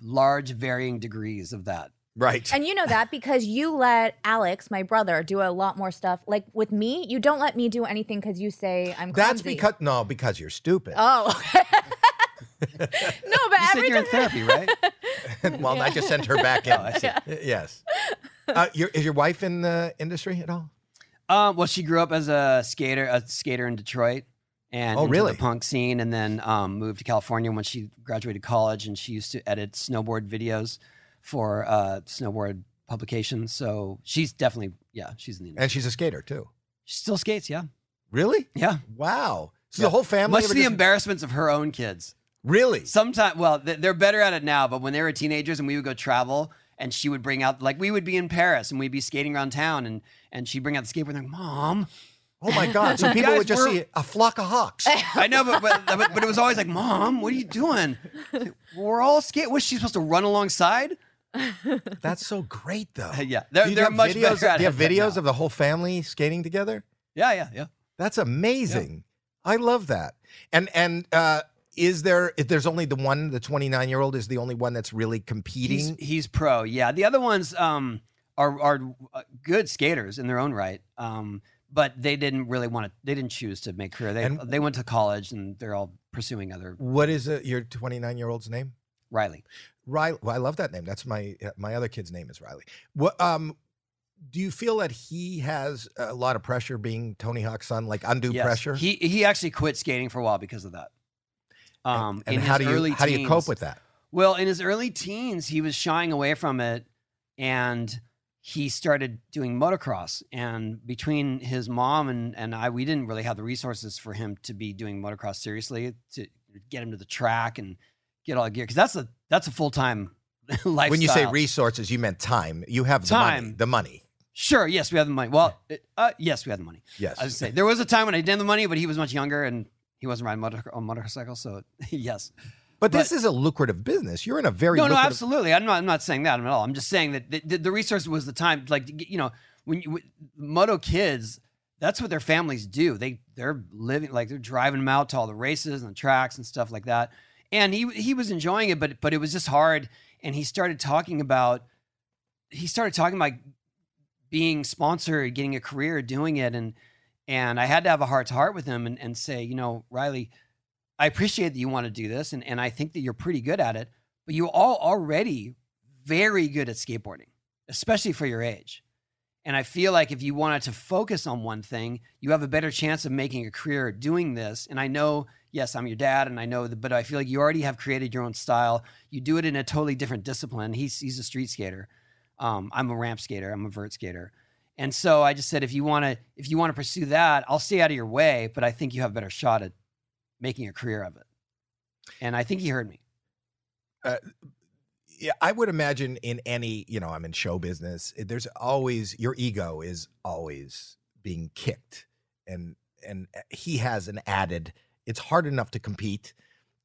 Speaker 3: large varying degrees of that.
Speaker 1: right.
Speaker 2: and you know that because you let Alex, my brother, do a lot more stuff. Like with me, you don't let me do anything because you say I'm.
Speaker 1: That's
Speaker 2: clumsy.
Speaker 1: because, no, because you're stupid.
Speaker 2: Oh. no, but
Speaker 3: You said
Speaker 2: every
Speaker 3: you're in
Speaker 2: time
Speaker 3: therapy, right?
Speaker 1: well, I just sent her back in.
Speaker 3: Oh, I see.
Speaker 1: Yes. Uh, your, is your wife in the industry at all?
Speaker 3: Um, well, she grew up as a skater, a skater in Detroit, and
Speaker 1: Oh,
Speaker 3: into
Speaker 1: really?
Speaker 3: the punk scene, and then um, moved to California when she graduated college, and she used to edit snowboard videos for uh, snowboard publications. So she's definitely, yeah, she's in the industry.
Speaker 1: And she's a skater too.
Speaker 3: She still skates, yeah,
Speaker 1: Really?
Speaker 3: yeah.
Speaker 1: Wow. So the whole family.
Speaker 3: Much
Speaker 1: ever
Speaker 3: to the
Speaker 1: just-
Speaker 3: embarrassments of her own kids.
Speaker 1: really?
Speaker 3: Sometimes, well, th- they're better at it now, but when they were teenagers and we would go travel. And she would bring out like we would be in Paris and we'd be skating around town and and she'd bring out the skateboard and like, Mom,
Speaker 1: Oh my God. So people
Speaker 3: Guys,
Speaker 1: would just
Speaker 3: we're-
Speaker 1: see a flock of hawks.
Speaker 3: I know, but, but but but it was always like, Mom, what are you doing? We're all skate. Was she supposed to run alongside?
Speaker 1: That's so great though.
Speaker 3: Yeah, they're,
Speaker 1: Do you
Speaker 3: they're
Speaker 1: have
Speaker 3: much
Speaker 1: videos,
Speaker 3: better at
Speaker 1: do you have
Speaker 3: it
Speaker 1: videos
Speaker 3: now.
Speaker 1: of the whole family skating together?
Speaker 3: Yeah, yeah, yeah.
Speaker 1: That's amazing. I love that. And and uh, is there? If there's only the one, the 29 year old is the only one that's really
Speaker 3: He's,
Speaker 1: competing.
Speaker 3: he's pro. Yeah, the other ones um are are uh, good skaters in their own right. Um, but they didn't really want to. They didn't choose to make career. They
Speaker 1: And-
Speaker 3: they went to college and they're all pursuing other
Speaker 1: What is uh your 29 year old's name?
Speaker 3: Riley.
Speaker 1: Riley. Well, I love that name. That's my uh, my other kid's name is Riley. What um, do you feel that he has a lot of pressure being Tony Hawk's son, like undue
Speaker 3: Yes.
Speaker 1: pressure?
Speaker 3: He he actually quit skating for a while because of that. Um,
Speaker 1: and
Speaker 3: in
Speaker 1: how
Speaker 3: his
Speaker 1: do you
Speaker 3: early
Speaker 1: how do you cope
Speaker 3: teens-
Speaker 1: with that?
Speaker 3: Well, in his early teens, he was shying away from it and he started doing motocross. And between his mom and, and I, we didn't really have the resources for him to be doing motocross seriously, to get him to the track and get all the gear. Cause that's a, that's a full time lifestyle.
Speaker 1: When you say resources, you meant time. You have
Speaker 3: Time.
Speaker 1: the money.
Speaker 3: sure, yes, we have the money. Well, it, uh, yes, we had the money.
Speaker 1: The money.
Speaker 3: I would
Speaker 1: Yes.
Speaker 3: say there was a time when I didn't have the money, but he was much younger and he wasn't riding motor- on motorcycle. So yes,
Speaker 1: But this is a lucrative business. You're in a very
Speaker 3: no, no,
Speaker 1: lucrative-
Speaker 3: absolutely. I'm not. I'm not saying that at all. I'm just saying that the, the, the resource was the time. Like you know, when you, with- moto kids, that's what their families do. They they're living like they're driving them out to all the races and the tracks and stuff like that. And he he was enjoying it, but but it was just hard. And he started talking about he started talking about being sponsored, getting a career, doing it, and and I had to have a heart to heart with him and, and say, you know, Riley, I appreciate that you want to do this, and, and I think that you're pretty good at it, but you all already very good at skateboarding, especially for your age. And I feel like if you wanted to focus on one thing, you have a better chance of making a career doing this. And I know, yes, I'm your dad, and I know that, but I feel like you already have created your own style. You do it in a totally different discipline. He's he's a street skater. Um, I'm a ramp skater. I'm a vert skater. And so I just said, if you want to, if you want to pursue that, I'll stay out of your way, but I think you have a better shot at making a career of it. And I think he heard me.
Speaker 1: yeah, I would imagine in any, you know, I'm in show business, eh, there's always your ego is always being kicked. And and eh, he has an added it's hard enough to compete,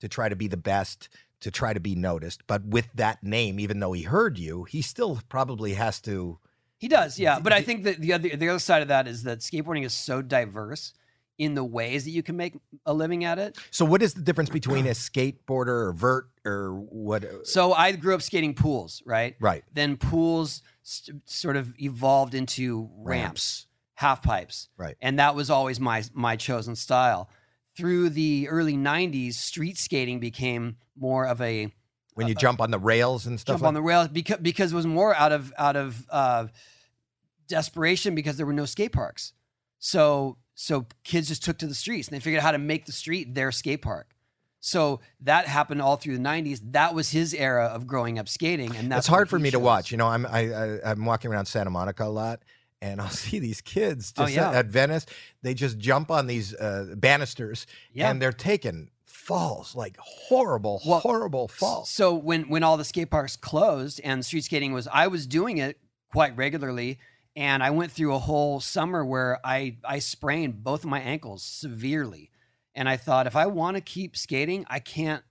Speaker 1: to try to be the best, to try to be noticed, but with that name even though he heard you, he still probably has to
Speaker 3: He does, yeah. But I think that the other the other side of that is that skateboarding is so diverse in the ways that you can make a living at it.
Speaker 1: So what is the difference between a skateboarder or vert or what eh,
Speaker 3: So I grew up skating pools, right?
Speaker 1: right.
Speaker 3: Then pools st- sort of evolved into ramps, half pipes.
Speaker 1: Right.
Speaker 3: and that was always my my chosen style. Through the early '90s, street skating became more of a
Speaker 1: When you jump on the rails and stuff
Speaker 3: uh, jump on
Speaker 1: like
Speaker 3: the rails because because it was more out of out of uh, desperation because there were no skate parks. So so kids just took to the streets and they figured out how to make the street their skate park. So that happened all through the '90s. That was his era of growing up skating, and that's
Speaker 1: it's hard
Speaker 3: what
Speaker 1: for
Speaker 3: he
Speaker 1: me to
Speaker 3: chose.
Speaker 1: watch. You know, I'm I, I I'm walking around Santa Monica a lot, and I'll see these kids
Speaker 3: Oh,
Speaker 1: just
Speaker 3: yeah.
Speaker 1: at, at Venice. They just jump on these uh, banisters,
Speaker 3: Yeah.
Speaker 1: and they're taking falls like horrible,
Speaker 3: Well,
Speaker 1: horrible falls.
Speaker 3: So when when all the skate parks closed and street skating was, I was doing it quite regularly, and I went through a whole summer where I I sprained both of my ankles severely, and I thought if I want to keep skating, I can't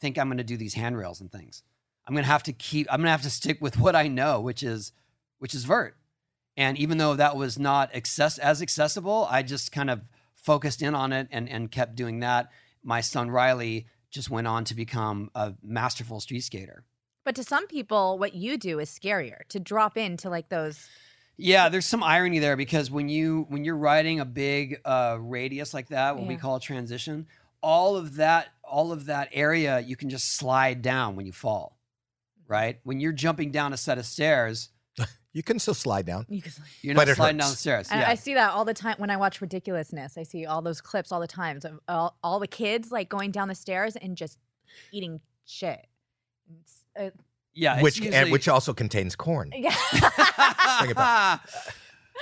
Speaker 3: think I'm going to do these handrails and things. I'm going to have to keep. I'm going to have to stick with what I know, which is which is vert. And even though that was not access as accessible, I just kind of focused in on it and and kept doing that. My son Riley just went on to become a masterful street skater.
Speaker 2: But to some people, what you do is scarier to drop into like those.
Speaker 3: Yeah, there's some irony there because when you when you're riding a big uh, radius like that, what we
Speaker 2: Yeah.
Speaker 3: call a transition, all of that all of that area you can just slide down when you fall. Right? When you're jumping down a set of stairs,
Speaker 1: You can still slide down.
Speaker 2: You can,
Speaker 3: you're
Speaker 1: But
Speaker 3: not
Speaker 1: it
Speaker 3: sliding down the
Speaker 1: hurts.
Speaker 3: stairs.
Speaker 2: I,
Speaker 3: yeah.
Speaker 2: I see that all the time when I watch Ridiculousness. I see all those clips all the time of all, all the kids like going down the stairs and just eating shit. It's, uh,
Speaker 3: yeah, it's
Speaker 1: which and,
Speaker 3: usually-
Speaker 1: which also contains corn.
Speaker 2: yeah.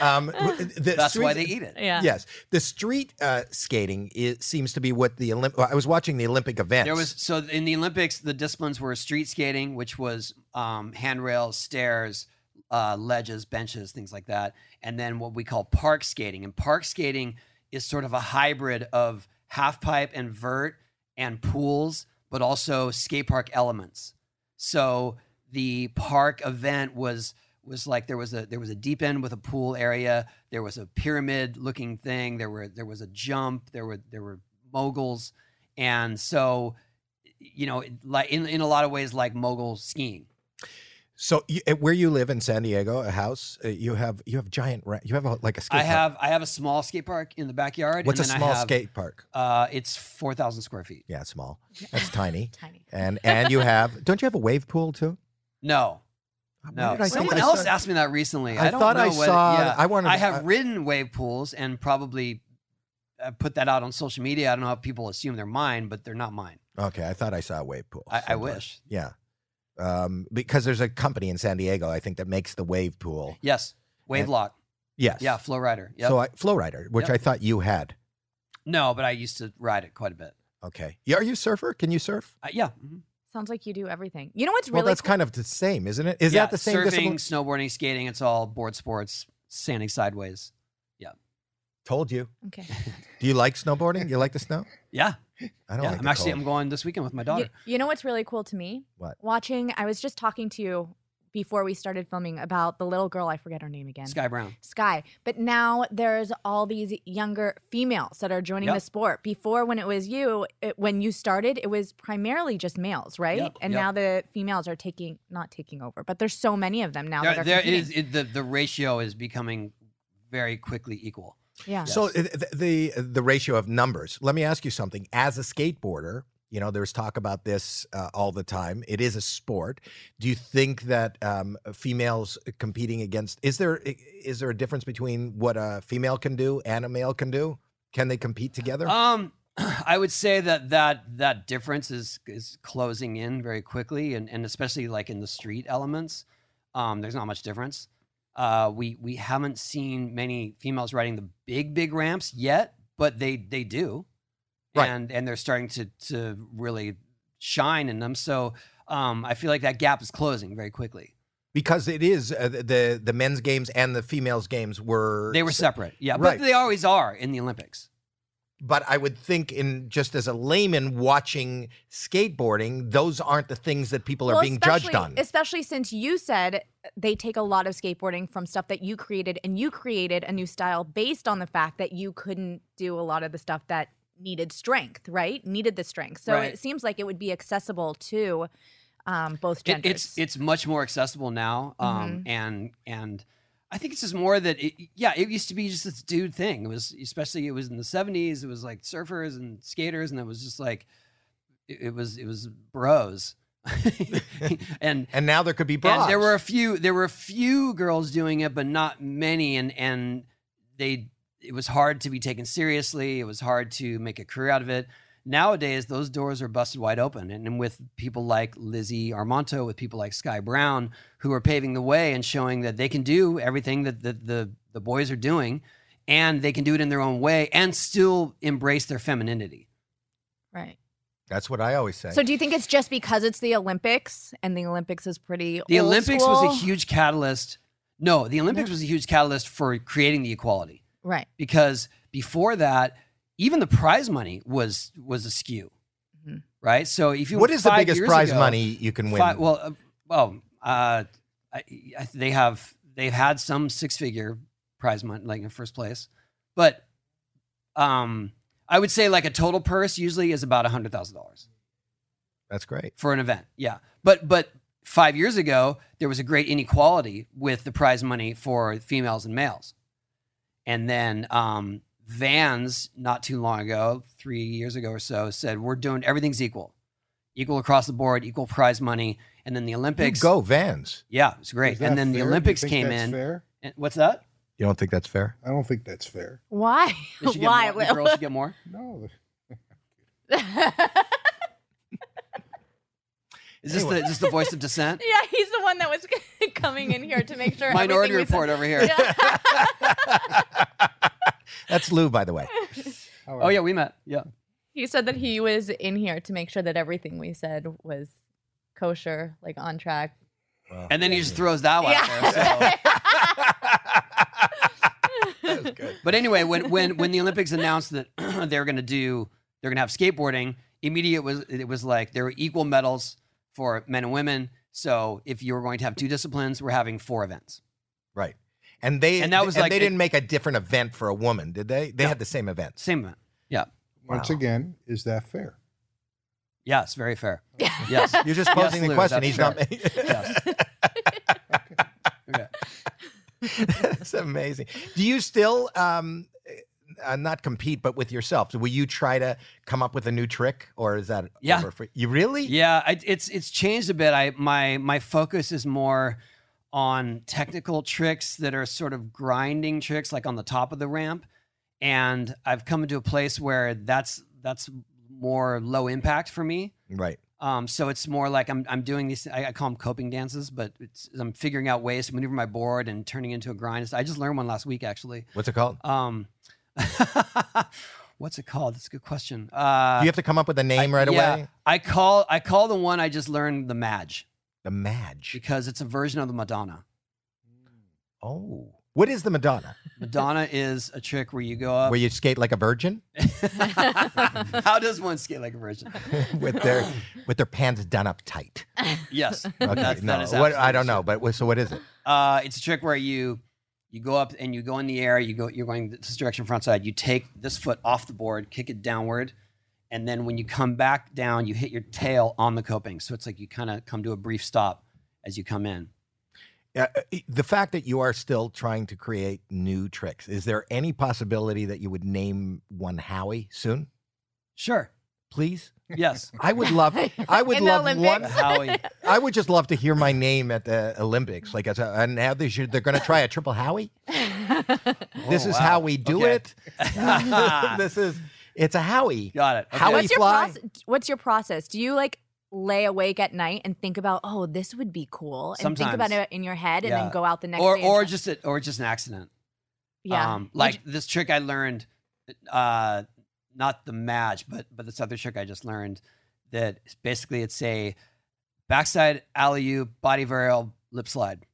Speaker 1: Um, w- the
Speaker 3: That's why
Speaker 1: street-
Speaker 3: they eat it.
Speaker 2: yeah.
Speaker 1: Yes, the street uh, skating is, seems to be what the Olymp- I was watching the Olympic events.
Speaker 3: There was so in the Olympics, the disciplines were street skating, which was um, handrails, stairs, uh, ledges, benches, things like that, and then what we call park skating. And park skating is sort of a hybrid of half pipe and vert and pools, but also skate park elements. So the park event was was like there was a there was a deep end with a pool area, there was a pyramid looking thing, there were there was a jump, there were there were moguls, and so you know like in in a lot of ways like mogul skiing.
Speaker 1: So you, uh, where you live in San Diego, a house, uh, you have you have giant ra- you have a, like a skate
Speaker 3: I
Speaker 1: park.
Speaker 3: have I have a small skate park in the backyard.
Speaker 1: What's a
Speaker 3: and then I
Speaker 1: small
Speaker 3: have,
Speaker 1: skate park?
Speaker 3: Uh, it's four thousand square feet.
Speaker 1: Yeah, it's small. That's tiny.
Speaker 2: Tiny.
Speaker 1: And and you have don't you have a wave pool too?
Speaker 3: No,
Speaker 1: Where
Speaker 3: no.
Speaker 1: did I think
Speaker 3: Someone
Speaker 1: I
Speaker 3: else
Speaker 1: saw-
Speaker 3: asked me that recently.
Speaker 1: I
Speaker 3: I, don't
Speaker 1: thought
Speaker 3: know
Speaker 1: I
Speaker 3: what-
Speaker 1: saw-
Speaker 3: yeah.
Speaker 1: I wanted-
Speaker 3: I have
Speaker 1: I-
Speaker 3: ridden wave pools and probably uh, put that out on social media. I don't know if people assume they're mine, but they're not mine.
Speaker 1: Okay, I thought I saw a wave pool.
Speaker 3: I, I
Speaker 1: somewhere.
Speaker 3: wish.
Speaker 1: Yeah, um, because there's a company in San Diego I think that makes the wave pool.
Speaker 3: Yes, wave
Speaker 1: And-
Speaker 3: lock.
Speaker 1: Yes.
Speaker 3: Yeah, flow rider. Yep.
Speaker 1: So I, Flowrider, which
Speaker 3: Yep.
Speaker 1: I thought you had.
Speaker 3: no, but I used to ride it quite a bit.
Speaker 1: Okay. Yeah, are you a surfer? Can you surf?
Speaker 3: Uh, yeah. mhm.
Speaker 2: Sounds like you do everything. You know what's
Speaker 1: well,
Speaker 2: really
Speaker 1: that's kind of the same, isn't it? Is
Speaker 3: Yeah,
Speaker 1: that the same
Speaker 3: Surfing,
Speaker 1: discipline?
Speaker 3: snowboarding, skating, it's all board sports, standing sideways.
Speaker 1: Told you.
Speaker 2: cool? okay.
Speaker 1: Do you like snowboarding? You like the snow?
Speaker 3: Yeah.
Speaker 1: I don't
Speaker 3: yeah.
Speaker 1: like
Speaker 3: I'm
Speaker 1: the
Speaker 3: actually
Speaker 1: cold.
Speaker 3: I'm going this weekend with my
Speaker 2: You,
Speaker 3: daughter.
Speaker 2: you know what's really cool to me?
Speaker 1: What?
Speaker 2: Watching, I was just talking to you before we started filming about the little girl. I forget her name again.
Speaker 3: Sky Brown.
Speaker 2: Sky. But now there's all these younger females that are joining
Speaker 3: Yep.
Speaker 2: the sport. Before, when it was you, it, when you started, it was primarily just males, right?
Speaker 3: Yep.
Speaker 2: And
Speaker 3: Yep.
Speaker 2: now the females are taking, not taking over, but there's so many of them now.
Speaker 3: There,
Speaker 2: that are
Speaker 3: there
Speaker 2: competing.
Speaker 3: is it, the the ratio is becoming very quickly equal.
Speaker 2: yeah.
Speaker 1: So uh, th- the the ratio of numbers. Let me ask you something. As a skateboarder, you know there's talk about this uh, all the time. It is a sport. Do you think that um, females competing against is there i- is there a difference between what a female can do and a male can do? Can they compete together?
Speaker 3: Um, I would say that that that difference is is closing in very quickly, and and especially like in the street elements, um, there's not much difference. Uh, we we haven't seen many females riding the big big ramps yet, but they they do,
Speaker 1: Right.
Speaker 3: and and they're starting to to really shine in them. So um, I feel like that gap is closing very quickly.
Speaker 1: because it is uh, the- the the men's games and the females games were
Speaker 3: They were
Speaker 1: se-
Speaker 3: separate, yeah,
Speaker 1: Right.
Speaker 3: but they always are in the Olympics.
Speaker 1: but I would think in just as a layman watching skateboarding, those aren't the things that people are
Speaker 2: Well,
Speaker 1: being judged
Speaker 2: especially-
Speaker 1: on.
Speaker 2: Especially since you said they take a lot of skateboarding from stuff that you created, and you created a new style based on the fact that you couldn't do a lot of the stuff that needed strength, right? Needed the strength. So
Speaker 3: Right.
Speaker 2: it seems like it would be accessible to um, both
Speaker 3: It-
Speaker 2: genders. Mm-hmm.
Speaker 3: it's it's much more accessible now, um, and and I think it's just more that it, yeah, it used to be just this dude thing. It was especially it was in the seventies. It was like surfers and skaters, and it was just like it, it was it was bros, and
Speaker 1: and now there could be bras.
Speaker 3: and there were a few there were a few girls doing it, but not many, and and they it was hard to be taken seriously. It was hard to make a career out of it. Nowadays, those doors are busted wide open, and, and with people like Lizzie Armanto, with people like Sky Brown, who are paving the way and showing that they can do everything that the the, the boys are doing, and they can do it in their own way and still embrace their femininity.
Speaker 2: right.
Speaker 1: That's what I always say.
Speaker 2: So do you think it's just because it's the Olympics and the Olympics is pretty
Speaker 3: The
Speaker 2: old
Speaker 3: Olympics
Speaker 2: school?
Speaker 3: was a huge catalyst. No, the Olympics was a huge catalyst for creating the equality.
Speaker 2: Right.
Speaker 3: because before that, even the prize money was was askew,
Speaker 2: Mhm.
Speaker 3: right? So if you
Speaker 1: what is the
Speaker 3: five
Speaker 1: biggest
Speaker 3: years
Speaker 1: prize
Speaker 3: ago-
Speaker 1: money you can win?
Speaker 3: Fi- well, uh, well, uh, I, I, they have they've had some six figure prize money, like in first place, but um, I would say like a total purse usually is about hundred thousand dollars
Speaker 1: That's great.
Speaker 3: for an event. Yeah, but but five years ago there was a great inequality with the prize money for females and males, and then um, Vans not too long ago, three years ago or so, said we're doing everything's equal, equal across the board, equal prize money, and then the
Speaker 1: You
Speaker 3: Olympics.
Speaker 1: go Vans.
Speaker 3: Yeah, it's great.
Speaker 6: Is that
Speaker 3: And then the
Speaker 6: fair? Do you
Speaker 3: Olympics
Speaker 6: think
Speaker 3: came
Speaker 6: that's
Speaker 3: in.
Speaker 6: Fair?
Speaker 3: And- what's that?
Speaker 1: You don't think that's fair?
Speaker 6: I don't think that's fair.
Speaker 2: Why?
Speaker 3: They should get
Speaker 2: Why?
Speaker 3: more- the girls should get more.
Speaker 6: No,
Speaker 2: yeah,
Speaker 3: Is this the
Speaker 1: Anyway.
Speaker 3: is this the voice of dissent?
Speaker 2: he's the one that was coming in here to make sure
Speaker 3: Minority
Speaker 2: everything we said-
Speaker 3: Report over here.
Speaker 2: Yeah.
Speaker 1: that's Lou, by the way.
Speaker 3: Oh yeah, we met. Yeah.
Speaker 2: He said that he was in here to make sure that everything we said was kosher, like on track.
Speaker 3: And then he just throws that one out there. So.
Speaker 2: Yeah.
Speaker 1: That's good.
Speaker 3: But anyway, when when when the Olympics announced that they're going to do they're going to have skateboarding, immediate was it was like there were equal medals for men and women. So if you were going to have two disciplines, we're having four events.
Speaker 1: Right. And they
Speaker 3: And that was like-
Speaker 1: they didn't make a different event for a woman, did they? They had the same events.
Speaker 3: Same event. Yeah.
Speaker 6: Once
Speaker 1: Wow.
Speaker 6: again, is that fair?
Speaker 3: Yes, very fair. Yes.
Speaker 1: You're just
Speaker 3: Yes,
Speaker 1: posing the
Speaker 3: Lou,
Speaker 1: question.
Speaker 3: that's
Speaker 1: He's not.
Speaker 3: yes. Okay.
Speaker 1: That's amazing. Do you still um, uh, not compete, but with yourself? Will you try to come up with a new trick, or is that
Speaker 3: Yeah.
Speaker 1: over for you? Really?
Speaker 3: Yeah, I, it's it's changed a bit. I my my focus is more on technical tricks that are sort of grinding tricks, like on the top of the ramp. And I've come into a place where that's that's more low impact for me.
Speaker 1: Right.
Speaker 3: Um, so it's more like I'm I'm doing these. I, I call them coping dances, but it's, I'm figuring out ways to maneuver my board and turning into a grind. I just learned one last week actually.
Speaker 1: What's it called?
Speaker 3: Um, what's it called? That's a good question.
Speaker 1: Do
Speaker 3: Uh,
Speaker 1: you have to come up with a name right
Speaker 3: yeah,
Speaker 1: away?
Speaker 3: I call I call the one I just learned the Madge
Speaker 1: The Madge.
Speaker 3: because it's a version of the Madonna.
Speaker 1: Oh. What is the Madonna?
Speaker 3: Madonna is a trick where you go up.
Speaker 1: Where you skate like a virgin
Speaker 3: How does one skate like a virgin?
Speaker 1: with their with their pants done up tight?
Speaker 3: Yes.
Speaker 1: Okay,
Speaker 3: that's,
Speaker 1: no,
Speaker 3: that is
Speaker 1: what, I
Speaker 3: absolutely
Speaker 1: don't know,
Speaker 3: true.
Speaker 1: but what- so what is it?
Speaker 3: Uh, it's a trick where you you go up and you go in the air. You go. You're going this direction, front side. You take this foot off the board, kick it downward, and then when you come back down, you hit your tail on the coping. So it's like you kind of come to a brief stop as you come in.
Speaker 1: Uh, uh, the fact that you are still trying to create new tricks. Is there any possibility that you would name one Howie soon?
Speaker 3: Sure.
Speaker 1: Please,
Speaker 3: Yes.
Speaker 1: I would love. I would
Speaker 2: In the
Speaker 1: love one.
Speaker 2: Olympics?
Speaker 3: Howie.
Speaker 1: I would just love to hear my name at the Olympics. Like, as a, and now they should, they're going to try a triple Howie. this
Speaker 3: Oh,
Speaker 1: is
Speaker 3: wow.
Speaker 1: how we do
Speaker 3: Okay.
Speaker 1: it. this is it's a Howie.
Speaker 3: Got it. Okay.
Speaker 1: Howie
Speaker 2: what's your
Speaker 1: fly.
Speaker 2: process? What's your process? Do you like lay awake at night and think about, oh, this would be cool, and think about
Speaker 3: Sometimes.
Speaker 2: it in your head, and
Speaker 3: Yeah.
Speaker 2: then go out the next
Speaker 3: or
Speaker 2: day? and
Speaker 3: or
Speaker 2: try-
Speaker 3: just a, or just an accident.
Speaker 2: yeah,
Speaker 3: Um, like this trick I learned, uh, not the match, but but this other trick I just learned that it's basically it's a backside alley oop, body varial, lip slide.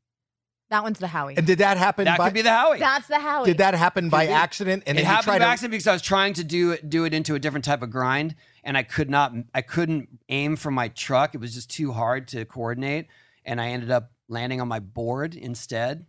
Speaker 2: that one's the Howie.
Speaker 1: And did that happen?
Speaker 3: that
Speaker 1: by,
Speaker 3: could be the Howie.
Speaker 2: That's the Howie.
Speaker 1: did that happen by
Speaker 3: be.
Speaker 1: accident? And
Speaker 3: it
Speaker 1: then you
Speaker 3: happened
Speaker 1: tried
Speaker 3: by
Speaker 1: to-
Speaker 3: accident because I was trying to do it, do it into a different type of grind, and I could not, I couldn't aim from my truck. It was just too hard to coordinate, and I ended up landing on my board instead.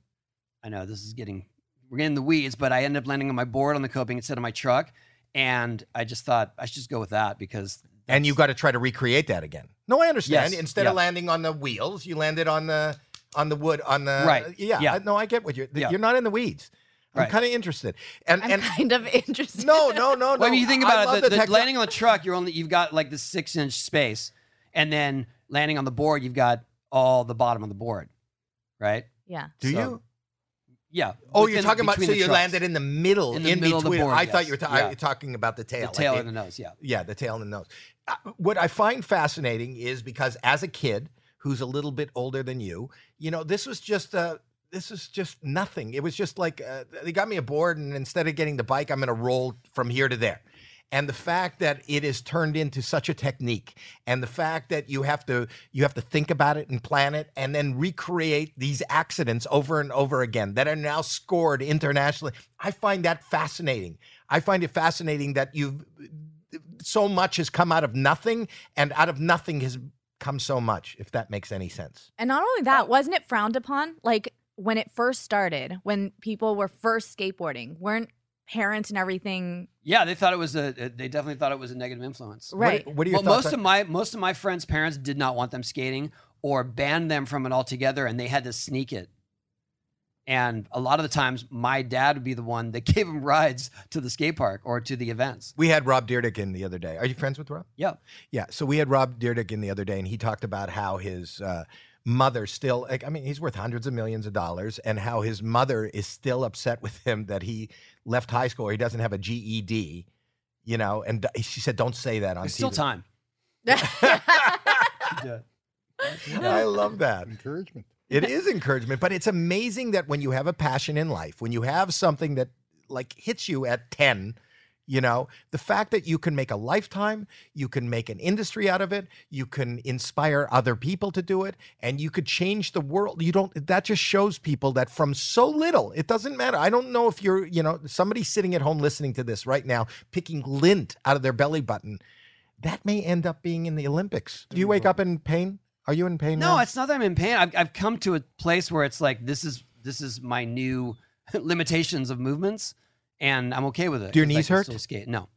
Speaker 3: I know this is getting, we're getting in the weeds, but I ended up landing on my board on the coping instead of my truck, and I just thought I should just go with that because.
Speaker 1: and you got to try to recreate that again. No, I understand.
Speaker 3: Yes,
Speaker 1: Instead
Speaker 3: yeah.
Speaker 1: of landing on the wheels, you landed on the on the wood on the
Speaker 3: Right,
Speaker 1: Yeah,
Speaker 3: yeah.
Speaker 1: I- no, I get what you're.
Speaker 3: Yeah.
Speaker 1: You're not in the weeds. I'm
Speaker 3: Right.
Speaker 1: kind of interested. And
Speaker 2: I'm
Speaker 1: and
Speaker 2: kind of interested.
Speaker 1: no, no, no, no.
Speaker 3: Well, I mean, you think
Speaker 1: I
Speaker 3: about
Speaker 1: love
Speaker 3: it. The, the
Speaker 1: techno-
Speaker 3: landing on the truck, you're only you've got like this six inch space, and then landing on the board, you've got all the bottom of the board, right?
Speaker 2: Yeah.
Speaker 1: Do
Speaker 3: so-
Speaker 1: you?
Speaker 3: Yeah.
Speaker 1: Oh, you're
Speaker 3: within-
Speaker 1: talking about so
Speaker 3: between the
Speaker 1: you
Speaker 3: trucks.
Speaker 1: landed in the middle,
Speaker 3: In
Speaker 1: in,
Speaker 3: the middle of the
Speaker 1: between.
Speaker 3: board,
Speaker 1: I thought
Speaker 3: yes.
Speaker 1: you were ta- I-
Speaker 3: Yeah.
Speaker 1: you're talking about the
Speaker 3: the
Speaker 1: tail.
Speaker 3: tail
Speaker 1: like
Speaker 3: and the nose. Yeah.
Speaker 1: Yeah, the tail and the nose. Uh, What I find fascinating is because as a kid who's a little bit older than you, you know, this was just uh this was just nothing. It was just like uh, they got me a board, and instead of getting the bike, I'm going to roll from here to there. And the fact that it is turned into such a technique, and the fact that you have to you have to think about it and plan it, and then recreate these accidents over and over again that are now scored internationally. I find that fascinating. I find it fascinating that you've so much has come out of nothing, and out of nothing has come so much, if that makes any sense.
Speaker 2: And not only that, wasn't it frowned upon? Like when it first started, when people were first skateboarding, weren't parents and everything
Speaker 3: Yeah, they thought it was a. uh, They definitely thought it was a negative influence.
Speaker 2: right?
Speaker 1: What, what are your
Speaker 3: Well, most
Speaker 1: thoughts?
Speaker 3: of
Speaker 1: on-
Speaker 3: my most of my friends' parents did not want them skating or banned them from it altogether, and they had to sneak it. And a lot of the times, my dad would be the one that gave them rides to the skate park or to the events.
Speaker 1: we had Rob Deerdick in the other day. Are you friends with Rob?
Speaker 3: Yeah.
Speaker 1: Yeah. So we had Rob Deerdick in the other day, and he talked about how his uh, mother still, like, I mean, he's worth hundreds of millions of dollars, and how his mother is still upset with him that he left high school or he doesn't have a GED, you know, and d- she said, don't say that on
Speaker 3: There's
Speaker 1: TV.
Speaker 3: still time.
Speaker 1: I love that.
Speaker 6: Encouragement.
Speaker 1: It is encouragement, but it's amazing that when you have a passion in life, when you have something that like hits you at 10, you know, the fact that you can make a lifetime, you can make an industry out of it, you can inspire other people to do it, and you could change the world. You don't that just shows people that from so little, it doesn't matter. I don't know if you're, you know, somebody sitting at home listening to this right now picking lint out of their belly button, that may end up being in the Olympics. Do you wake up in pain? Are you in pain?
Speaker 3: No,
Speaker 1: now?
Speaker 3: it's not that I'm in pain. I've, I've come to a place where it's like this is this is my new limitations of movements, and I'm okay with it.
Speaker 1: Do your
Speaker 3: 'cause I
Speaker 1: knees
Speaker 3: can
Speaker 1: hurt?
Speaker 3: Still skate? No.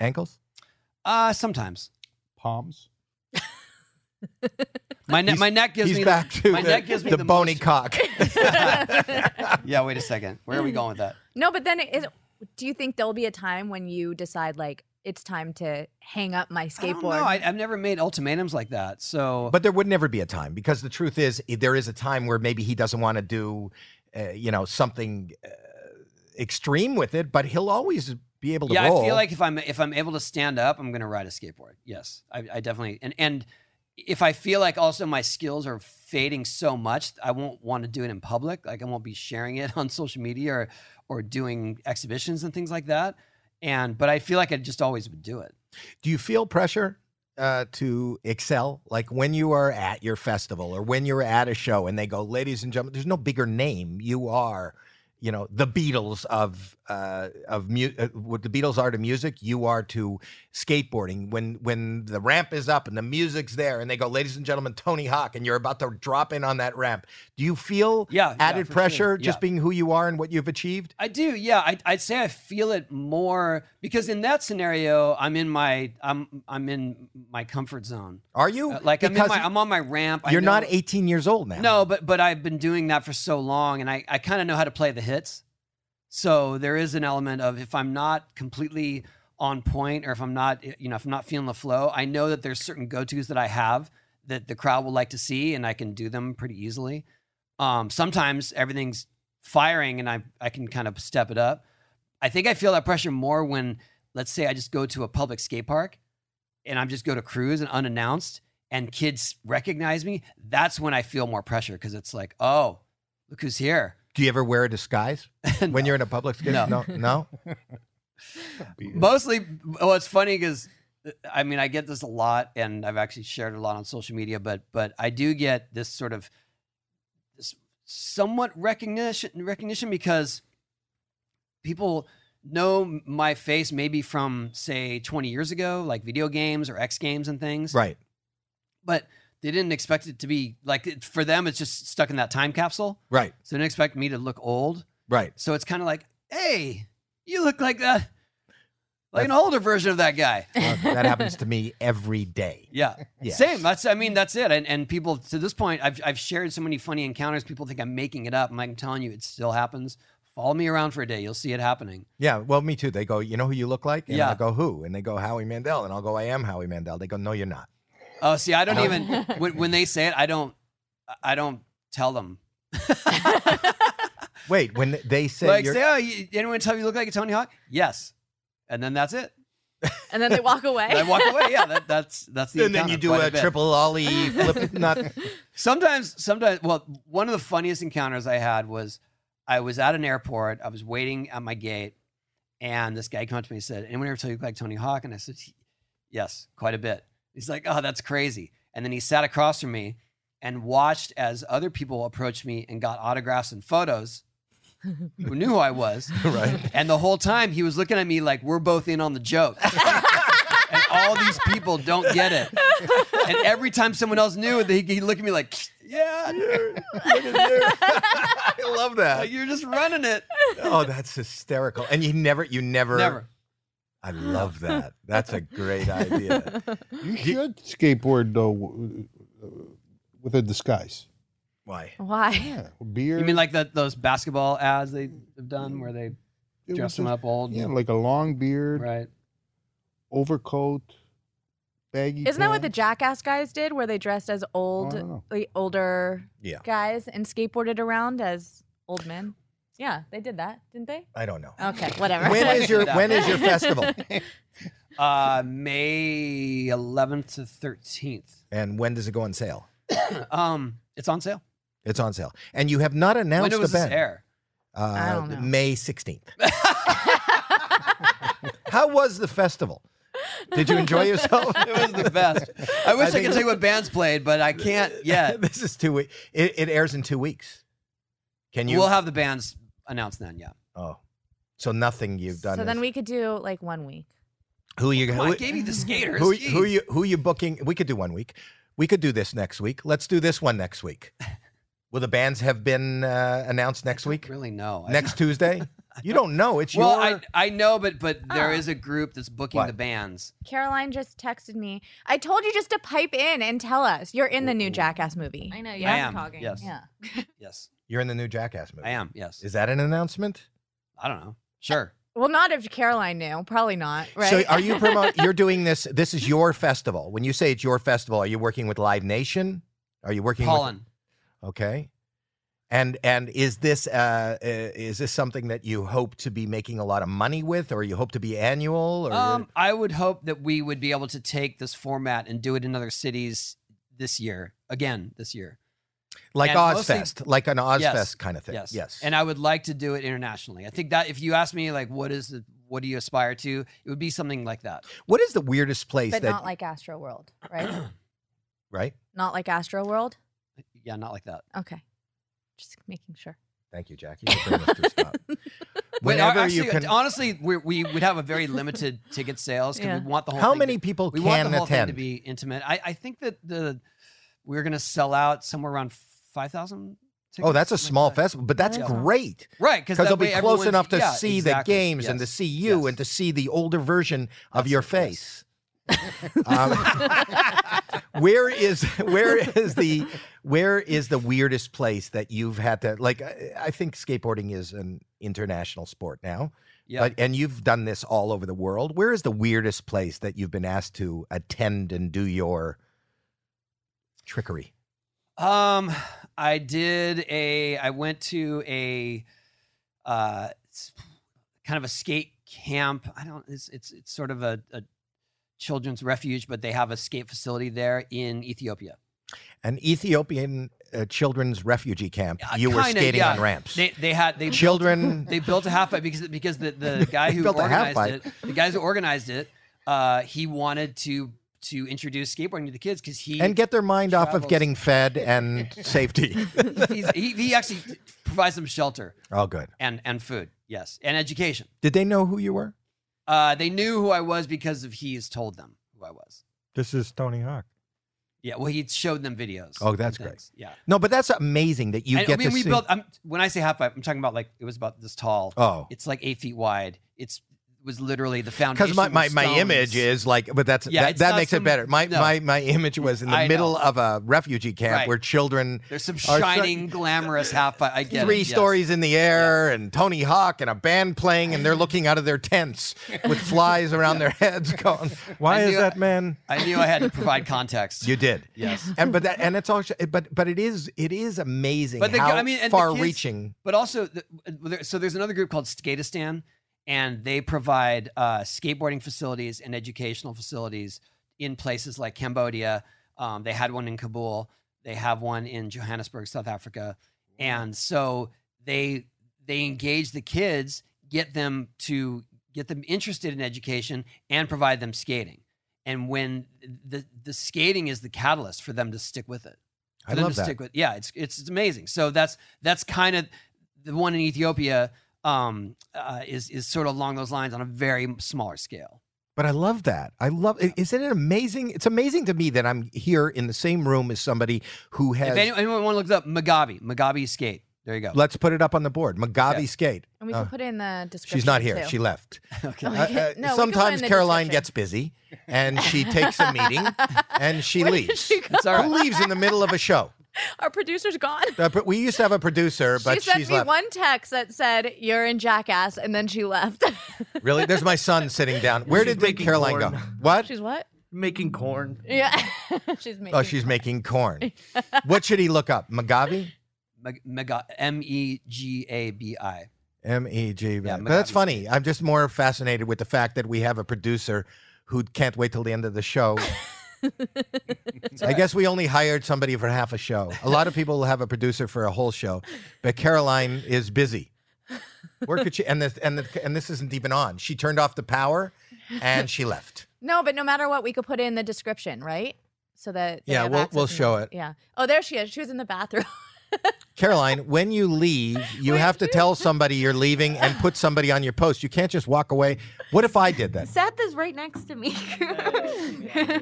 Speaker 1: ankles.
Speaker 3: Uh sometimes
Speaker 6: Palms.
Speaker 3: my neck
Speaker 1: He's-
Speaker 3: my neck gives
Speaker 1: He's
Speaker 3: me
Speaker 1: back to
Speaker 3: my
Speaker 1: the,
Speaker 3: neck gives me
Speaker 1: the
Speaker 3: the,
Speaker 1: bony
Speaker 3: most-
Speaker 1: cock.
Speaker 3: yeah, wait a second. Where are we going with that?
Speaker 2: no, but then it is. Do you think there'll be a time when you decide like it's time to hang up my
Speaker 3: I don't know.
Speaker 2: skateboard?
Speaker 3: I, I've never made ultimatums like that. So
Speaker 1: but there would never be a time because the truth is, i- there is a time where maybe he doesn't want to do, uh, you know, something uh, extreme with it, but he'll always be able to
Speaker 3: yeah,
Speaker 1: roll.
Speaker 3: I feel like if I'm if I'm able to stand up, I'm gonna ride a skateboard. Yes, I, I definitely and and if I feel like also my skills are fading so much, I won't want to do it in public. Like I won't be sharing it on social media or or doing exhibitions and things like that. And but I feel like I just always would do it.
Speaker 1: Do you feel pressure uh, to excel? Like when you are at your festival or when you're at a show and they go, ladies and gentlemen, there's no bigger name. You are, you know the Beatles of uh, of mu- uh, what the Beatles are to music, you are to skateboarding. When when the ramp is up and the music's there, and they go, "Ladies and gentlemen, Tony Hawk," and you're about to drop in on that ramp, do you feel
Speaker 3: Yeah, yeah,
Speaker 1: added
Speaker 3: for sure.
Speaker 1: pressure just
Speaker 3: Yeah.
Speaker 1: being who you are and what you've achieved?
Speaker 3: I do, yeah. I, I'd say I feel it more because in that scenario, I'm in my I'm I'm in my comfort zone.
Speaker 1: Are you
Speaker 3: Uh, like I'm, in
Speaker 1: because
Speaker 3: my, I'm on my ramp. I
Speaker 1: you're not
Speaker 3: know-
Speaker 1: 18 years old now?
Speaker 3: No, but but I've been doing that for so long, and I I kind of know how to play the hits. So there is an element of if I'm not completely on point, or if I'm not you know if I'm not feeling the flow, I know that there's certain go tos that I have that the crowd will like to see, and I can do them pretty easily. Um, sometimes everything's firing, and I I can kind of step it up. I think I feel that pressure more when let's say I just go to a public skate park and I'm just go to cruise and unannounced and kids recognize me, that's when I feel more pressure because it's like, oh, look who's here.
Speaker 1: Do you ever wear a disguise when you're in a public? skate?
Speaker 3: No.
Speaker 1: no, no.
Speaker 3: Mostly, well, it's funny because I mean, I get this a lot and I've actually shared it a lot on social media, but but I do get this sort of this somewhat recognition recognition because people know my face maybe from say 20 years ago like video games or x games and things
Speaker 1: right.
Speaker 3: but they didn't expect it to be like it- for them it's just stuck in that time capsule
Speaker 1: Right,
Speaker 3: so they didn't expect me to look old
Speaker 1: right.
Speaker 3: so it's kind of like hey you look like that like an older version of that guy
Speaker 1: Uh, that happens to me every day.
Speaker 3: yeah
Speaker 1: Yes.
Speaker 3: same that's i mean that's it and, and people to this point I've, I've shared so many funny encounters people think i'm making it up and i'm telling you it still happens follow me around for a day you'll see it happening
Speaker 1: Yeah, well, me too. They go, you know who you look like? And
Speaker 3: Yeah.
Speaker 1: I go, who? And they go, Howie Mandel. And I'll go, I am Howie Mandel. They go, no, you're not.
Speaker 3: oh see i don't even when, when they say it i don't i don't tell them
Speaker 1: Wait, when they say
Speaker 3: like
Speaker 1: you're,
Speaker 3: say oh you, anyone tell you you look like a tony hawk yes and then that's it
Speaker 2: and then they walk away.
Speaker 3: And I walk away. Yeah, that, that's that's the.
Speaker 1: and then
Speaker 3: encounter
Speaker 1: you do
Speaker 3: quite
Speaker 1: a,
Speaker 3: bit.
Speaker 1: triple ollie flip, not
Speaker 3: Sometimes, sometimes. Well, one of the funniest encounters I had was I was at an airport. I was waiting at my gate, and this guy came up to me and said, "Anyone ever tell you you look like Tony Hawk?" And I said, "Yes, quite a bit." He's like, "Oh, that's crazy." And then he sat across from me and watched as other people approached me and got autographs and photos. who knew who I was?
Speaker 1: right.
Speaker 3: And the whole time he was looking at me like we're both in on the joke. and all these people don't get it. And every time someone else knew, they, he'd look at me like, yeah, you're,
Speaker 1: I love that.
Speaker 3: you're just running it.
Speaker 1: Oh, that's hysterical. And you never, you never,
Speaker 3: Never.
Speaker 1: I love that. That's a great idea.
Speaker 6: You should skateboard though w- w- with a disguise.
Speaker 1: Why?
Speaker 2: Why?
Speaker 6: Yeah, beard.
Speaker 3: You mean like that those basketball ads they've done where they
Speaker 6: it
Speaker 3: dress
Speaker 6: was
Speaker 3: them
Speaker 6: a-
Speaker 3: up old?
Speaker 6: Yeah, like a long beard,
Speaker 3: Right.
Speaker 6: overcoat, baggy.
Speaker 2: Isn't that what the
Speaker 6: pants.
Speaker 2: jackass guys did, where they dressed as
Speaker 6: I
Speaker 2: old,
Speaker 6: don't know.
Speaker 2: like older
Speaker 1: Yeah.
Speaker 2: guys and skateboarded around as old men? Yeah, they did that, didn't they?
Speaker 1: I don't know.
Speaker 2: Okay, whatever.
Speaker 1: When is your when is your festival?
Speaker 3: Uh, May 11th to 13th.
Speaker 1: And when does it go on sale?
Speaker 3: Um, it's on sale.
Speaker 1: It's on sale. And you have not announced
Speaker 3: when
Speaker 1: the
Speaker 3: does this
Speaker 1: band.
Speaker 3: air?
Speaker 1: Uh,
Speaker 2: I don't know.
Speaker 1: May 16th. How was the festival? Did you enjoy yourself?
Speaker 3: It was the best. I wish I,
Speaker 1: think-
Speaker 3: could tell you what bands played, but I can't yet.
Speaker 1: this is two weeks. It, it airs in two weeks. Can you?
Speaker 3: We'll have the bands announced then. Yeah.
Speaker 1: oh, so nothing you've done.
Speaker 2: so then
Speaker 1: is-
Speaker 2: we could do like one week.
Speaker 1: Who you?
Speaker 3: Come on,
Speaker 1: Who,
Speaker 3: I gave you the skaters.
Speaker 1: who,
Speaker 3: Jeez.
Speaker 1: who you? Who you booking? We could do one week. We could do this next week. Let's do this one next week. Will the bands have been uh, announced next week?
Speaker 3: Really no. I-
Speaker 1: Next Tuesday? You don't know. It's
Speaker 3: Well,
Speaker 1: your.
Speaker 3: I I know, but but there
Speaker 2: Ah.
Speaker 3: is a group that's booking
Speaker 1: What?
Speaker 3: the bands.
Speaker 2: Caroline just texted me. I told you just to pipe in and tell us you're in the new Jackass movie.
Speaker 7: I know
Speaker 3: I
Speaker 7: yeah,
Speaker 3: am.
Speaker 7: I'm talking.
Speaker 3: Yes.
Speaker 2: Yeah.
Speaker 3: Yes,
Speaker 1: You're in the new Jackass movie.
Speaker 3: I am. Yes,
Speaker 1: Is that an announcement?
Speaker 3: I don't know. Sure.
Speaker 2: Well, not if Caroline knew. Probably not. Right.
Speaker 1: So are you promote you're doing this this is your festival. When you say it's your festival, are you working with Live Nation? Are you working
Speaker 3: Colin.
Speaker 1: with Okay. And and is this uh, uh is this something that you hope to be making a lot of money with or you hope to be annual or
Speaker 3: Um, I would hope that we would be able to take this format and do it in other cities this year again this year.
Speaker 1: like
Speaker 3: and mostly-
Speaker 1: Ozfest, like an Ozfest
Speaker 3: Yes,
Speaker 1: kind of thing.
Speaker 3: Yes.
Speaker 1: Yes.
Speaker 3: And I would like to do it internationally. I think that if you ask me, like, what is the, what do you aspire to? It would be something like that.
Speaker 1: what is the weirdest place
Speaker 2: but
Speaker 1: that
Speaker 2: not like Astro World, right?
Speaker 1: right?
Speaker 2: not like Astro World.
Speaker 3: Yeah, not like that.
Speaker 2: Okay. Just making sure.
Speaker 1: Thank you, Jackie. for bringing us to a stop.
Speaker 3: Wait,
Speaker 1: Whenever
Speaker 3: actually,
Speaker 1: you can,
Speaker 3: honestly, we, we would have a very limited ticket sales because
Speaker 2: Yeah.
Speaker 3: we want the whole
Speaker 1: how
Speaker 3: thing
Speaker 1: many
Speaker 3: to,
Speaker 1: people
Speaker 3: we want
Speaker 1: can
Speaker 3: the whole
Speaker 1: attend?
Speaker 3: thing to be intimate. I, I think that the we're going to sell out somewhere around five thousand.
Speaker 1: oh, that's a small festival, but that's
Speaker 2: Yeah.
Speaker 1: great
Speaker 3: right?
Speaker 1: because
Speaker 3: that
Speaker 1: they'll be
Speaker 3: way
Speaker 1: close
Speaker 3: everyone's-
Speaker 1: enough to
Speaker 3: yeah,
Speaker 1: see
Speaker 3: exactly,
Speaker 1: the games and to
Speaker 3: yes.
Speaker 1: see you
Speaker 3: yes.
Speaker 1: and to see the older version of your face. um, where is where is the where is the weirdest place that you've had to like? I, I think skateboarding is an international sport now.
Speaker 3: Yeah.
Speaker 1: But, and you've done this all over the world. Where is the weirdest place that you've been asked to attend and do your trickery?
Speaker 3: Um, I did a. I went to a, uh, s- kind of a skate camp. I don't. It's it's it's sort of a, a children's refuge, but they have a skate facility there in Ethiopia.
Speaker 1: An Ethiopian uh, children's refugee camp.
Speaker 3: Uh,
Speaker 1: you were
Speaker 3: kinda,
Speaker 1: skating
Speaker 3: yeah.
Speaker 1: on ramps.
Speaker 3: They they had they
Speaker 1: Children.
Speaker 3: they built a half pipe because because the, the guy who
Speaker 1: built a half
Speaker 3: organized it, the guys who organized it, uh, he wanted to to introduce skateboarding to the kids because he
Speaker 1: and get their mind off of
Speaker 3: travels.
Speaker 1: getting fed and safety.
Speaker 3: he's, he he actually provides them shelter
Speaker 1: All good.
Speaker 3: and and food, yes, and education.
Speaker 1: Did they know who you were?
Speaker 3: Uh, they knew who I was because of he's told them who I was.
Speaker 7: This is Tony Hawk.
Speaker 3: Yeah, well, he showed them videos.
Speaker 1: Oh,
Speaker 3: and
Speaker 1: that's great.
Speaker 3: things. Yeah,
Speaker 1: No, but that's amazing that you
Speaker 3: and,
Speaker 1: get
Speaker 3: I mean,
Speaker 1: to
Speaker 3: we
Speaker 1: see.
Speaker 3: built. I'm, when I say half pipe, I'm talking about like it was about this tall.
Speaker 1: oh,
Speaker 3: It's like eight feet wide. It's was literally the foundation.
Speaker 1: because my, my,
Speaker 3: was
Speaker 1: my
Speaker 3: stones.
Speaker 1: image is like, but that's
Speaker 3: Yeah,
Speaker 1: that,
Speaker 3: it's
Speaker 1: that
Speaker 3: not
Speaker 1: makes
Speaker 3: some-
Speaker 1: it better. My,
Speaker 3: no.
Speaker 1: my my image was in the
Speaker 3: I know.
Speaker 1: middle of a refugee camp
Speaker 3: Right.
Speaker 1: where children
Speaker 3: There's some
Speaker 1: are so-
Speaker 3: shining, glamorous half pipe. I get it,
Speaker 1: three
Speaker 3: yes.
Speaker 1: stories in the air and Tony Hawk and a band playing and they're looking out of their tents with flies around their heads going.
Speaker 7: Why
Speaker 3: I
Speaker 7: is
Speaker 3: knew-
Speaker 7: that man?
Speaker 3: I knew I had to provide context.
Speaker 1: You did.
Speaker 3: yes.
Speaker 1: And but that and it's also but but it is it is amazing
Speaker 3: But the-
Speaker 1: how
Speaker 3: I mean, and the
Speaker 1: far
Speaker 3: kids-
Speaker 1: reaching.
Speaker 3: But also, the, uh, there- so there's another group called Skatistan, and they provide uh, skateboarding facilities and educational facilities in places like Cambodia. Um, they had one in Kabul. They have one in Johannesburg, South Africa, and so they they engage the kids, get them to get them interested in education, and provide them skating. And when the the skating is the catalyst for them to stick with it
Speaker 1: I
Speaker 3: for them
Speaker 1: love
Speaker 3: to
Speaker 1: that.
Speaker 3: stick with. Yeah, it's it's, it's amazing. So that's that's kind of the one in Ethiopia um, uh, is is sort of along those lines on a very smaller scale.
Speaker 1: But I love that. I love. i- Isn't it amazing? It's amazing to me that I'm here in the same room as somebody who has.
Speaker 3: If anyone, anyone want to look it up Mugabe, Mugabe skate. There you go.
Speaker 1: let's put it up on the board. Mugabe
Speaker 3: Yeah.
Speaker 1: skate.
Speaker 2: And we
Speaker 1: Uh,
Speaker 2: can put it in the description.
Speaker 1: She's not here.
Speaker 2: too.
Speaker 1: She left.
Speaker 3: Okay.
Speaker 2: Oh,
Speaker 1: Uh,
Speaker 2: yeah.
Speaker 1: uh,
Speaker 2: No, we can put it
Speaker 1: sometimes
Speaker 2: in the
Speaker 1: Caroline
Speaker 2: description.
Speaker 1: gets busy and she takes a meeting and she
Speaker 2: Where did
Speaker 1: leaves.
Speaker 2: she go?
Speaker 3: It's all
Speaker 1: Who
Speaker 3: right.
Speaker 1: leaves in the middle of a show?
Speaker 2: Our producer's gone.
Speaker 1: The pr- we used to have a producer, but
Speaker 2: she sent
Speaker 1: she's
Speaker 2: me
Speaker 1: left.
Speaker 2: one text that said, "You're in Jackass," and then she left.
Speaker 1: Really? There's my son sitting down. Where
Speaker 5: She's
Speaker 1: did big
Speaker 5: making
Speaker 1: Caroline go?
Speaker 5: corn.
Speaker 1: What?
Speaker 2: she's what?
Speaker 5: Making corn.
Speaker 2: Yeah, she's making.
Speaker 1: Mm. oh, she's making corn. what should he look up? Mugabe.
Speaker 3: Mug- Muga- M E G A B I.
Speaker 1: M E G.
Speaker 3: Yeah,
Speaker 1: But That's
Speaker 3: Mugabe's
Speaker 1: funny. I'm just more fascinated with the fact that we have a producer who can't wait till the end of the show. I guess we only hired somebody for half a show. A lot of people will have a producer for a whole show, but Caroline is busy. Where could she? And this and the, and this isn't even on. She turned off the power, and she left.
Speaker 2: No, but no matter what, we could put it in the description, right? So that they
Speaker 1: Yeah,
Speaker 2: have
Speaker 1: we'll-
Speaker 2: access
Speaker 1: we'll
Speaker 2: and-
Speaker 1: show it.
Speaker 2: Yeah. Oh, there she is. She was in the bathroom.
Speaker 1: Caroline, when you leave, you have to tell somebody you're leaving and put somebody on your post. You can't just walk away. What if I did that?
Speaker 8: Seth is right next to me.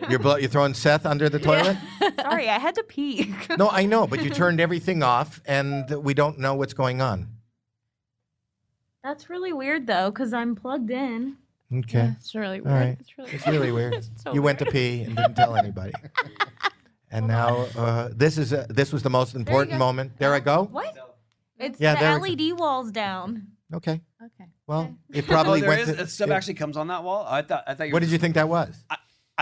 Speaker 1: You're blo- you're throwing Seth under the toilet.
Speaker 8: Sorry, I had to pee.
Speaker 1: No, I know, but you turned everything off and we don't know what's going on.
Speaker 8: That's really weird though, because I'm plugged in.
Speaker 1: Okay.
Speaker 2: It's really
Speaker 1: All
Speaker 2: weird.
Speaker 1: right.
Speaker 8: It's really
Speaker 1: It's really weird.
Speaker 8: so
Speaker 1: you went to pee and didn't tell anybody. And now uh, this is a, this was the most important
Speaker 2: go.
Speaker 1: moment. There I go.
Speaker 8: What? It's
Speaker 1: Yeah, there we
Speaker 8: the
Speaker 1: go.
Speaker 8: LED walls down.
Speaker 1: Okay.
Speaker 2: Okay.
Speaker 1: Well, it
Speaker 3: Oh,
Speaker 1: probably
Speaker 3: there
Speaker 1: went
Speaker 3: is
Speaker 1: to-
Speaker 3: uh, stuff
Speaker 1: it-
Speaker 3: actually comes on that wall. I thought I thought you.
Speaker 1: What
Speaker 3: were,
Speaker 1: did you think that was?
Speaker 3: I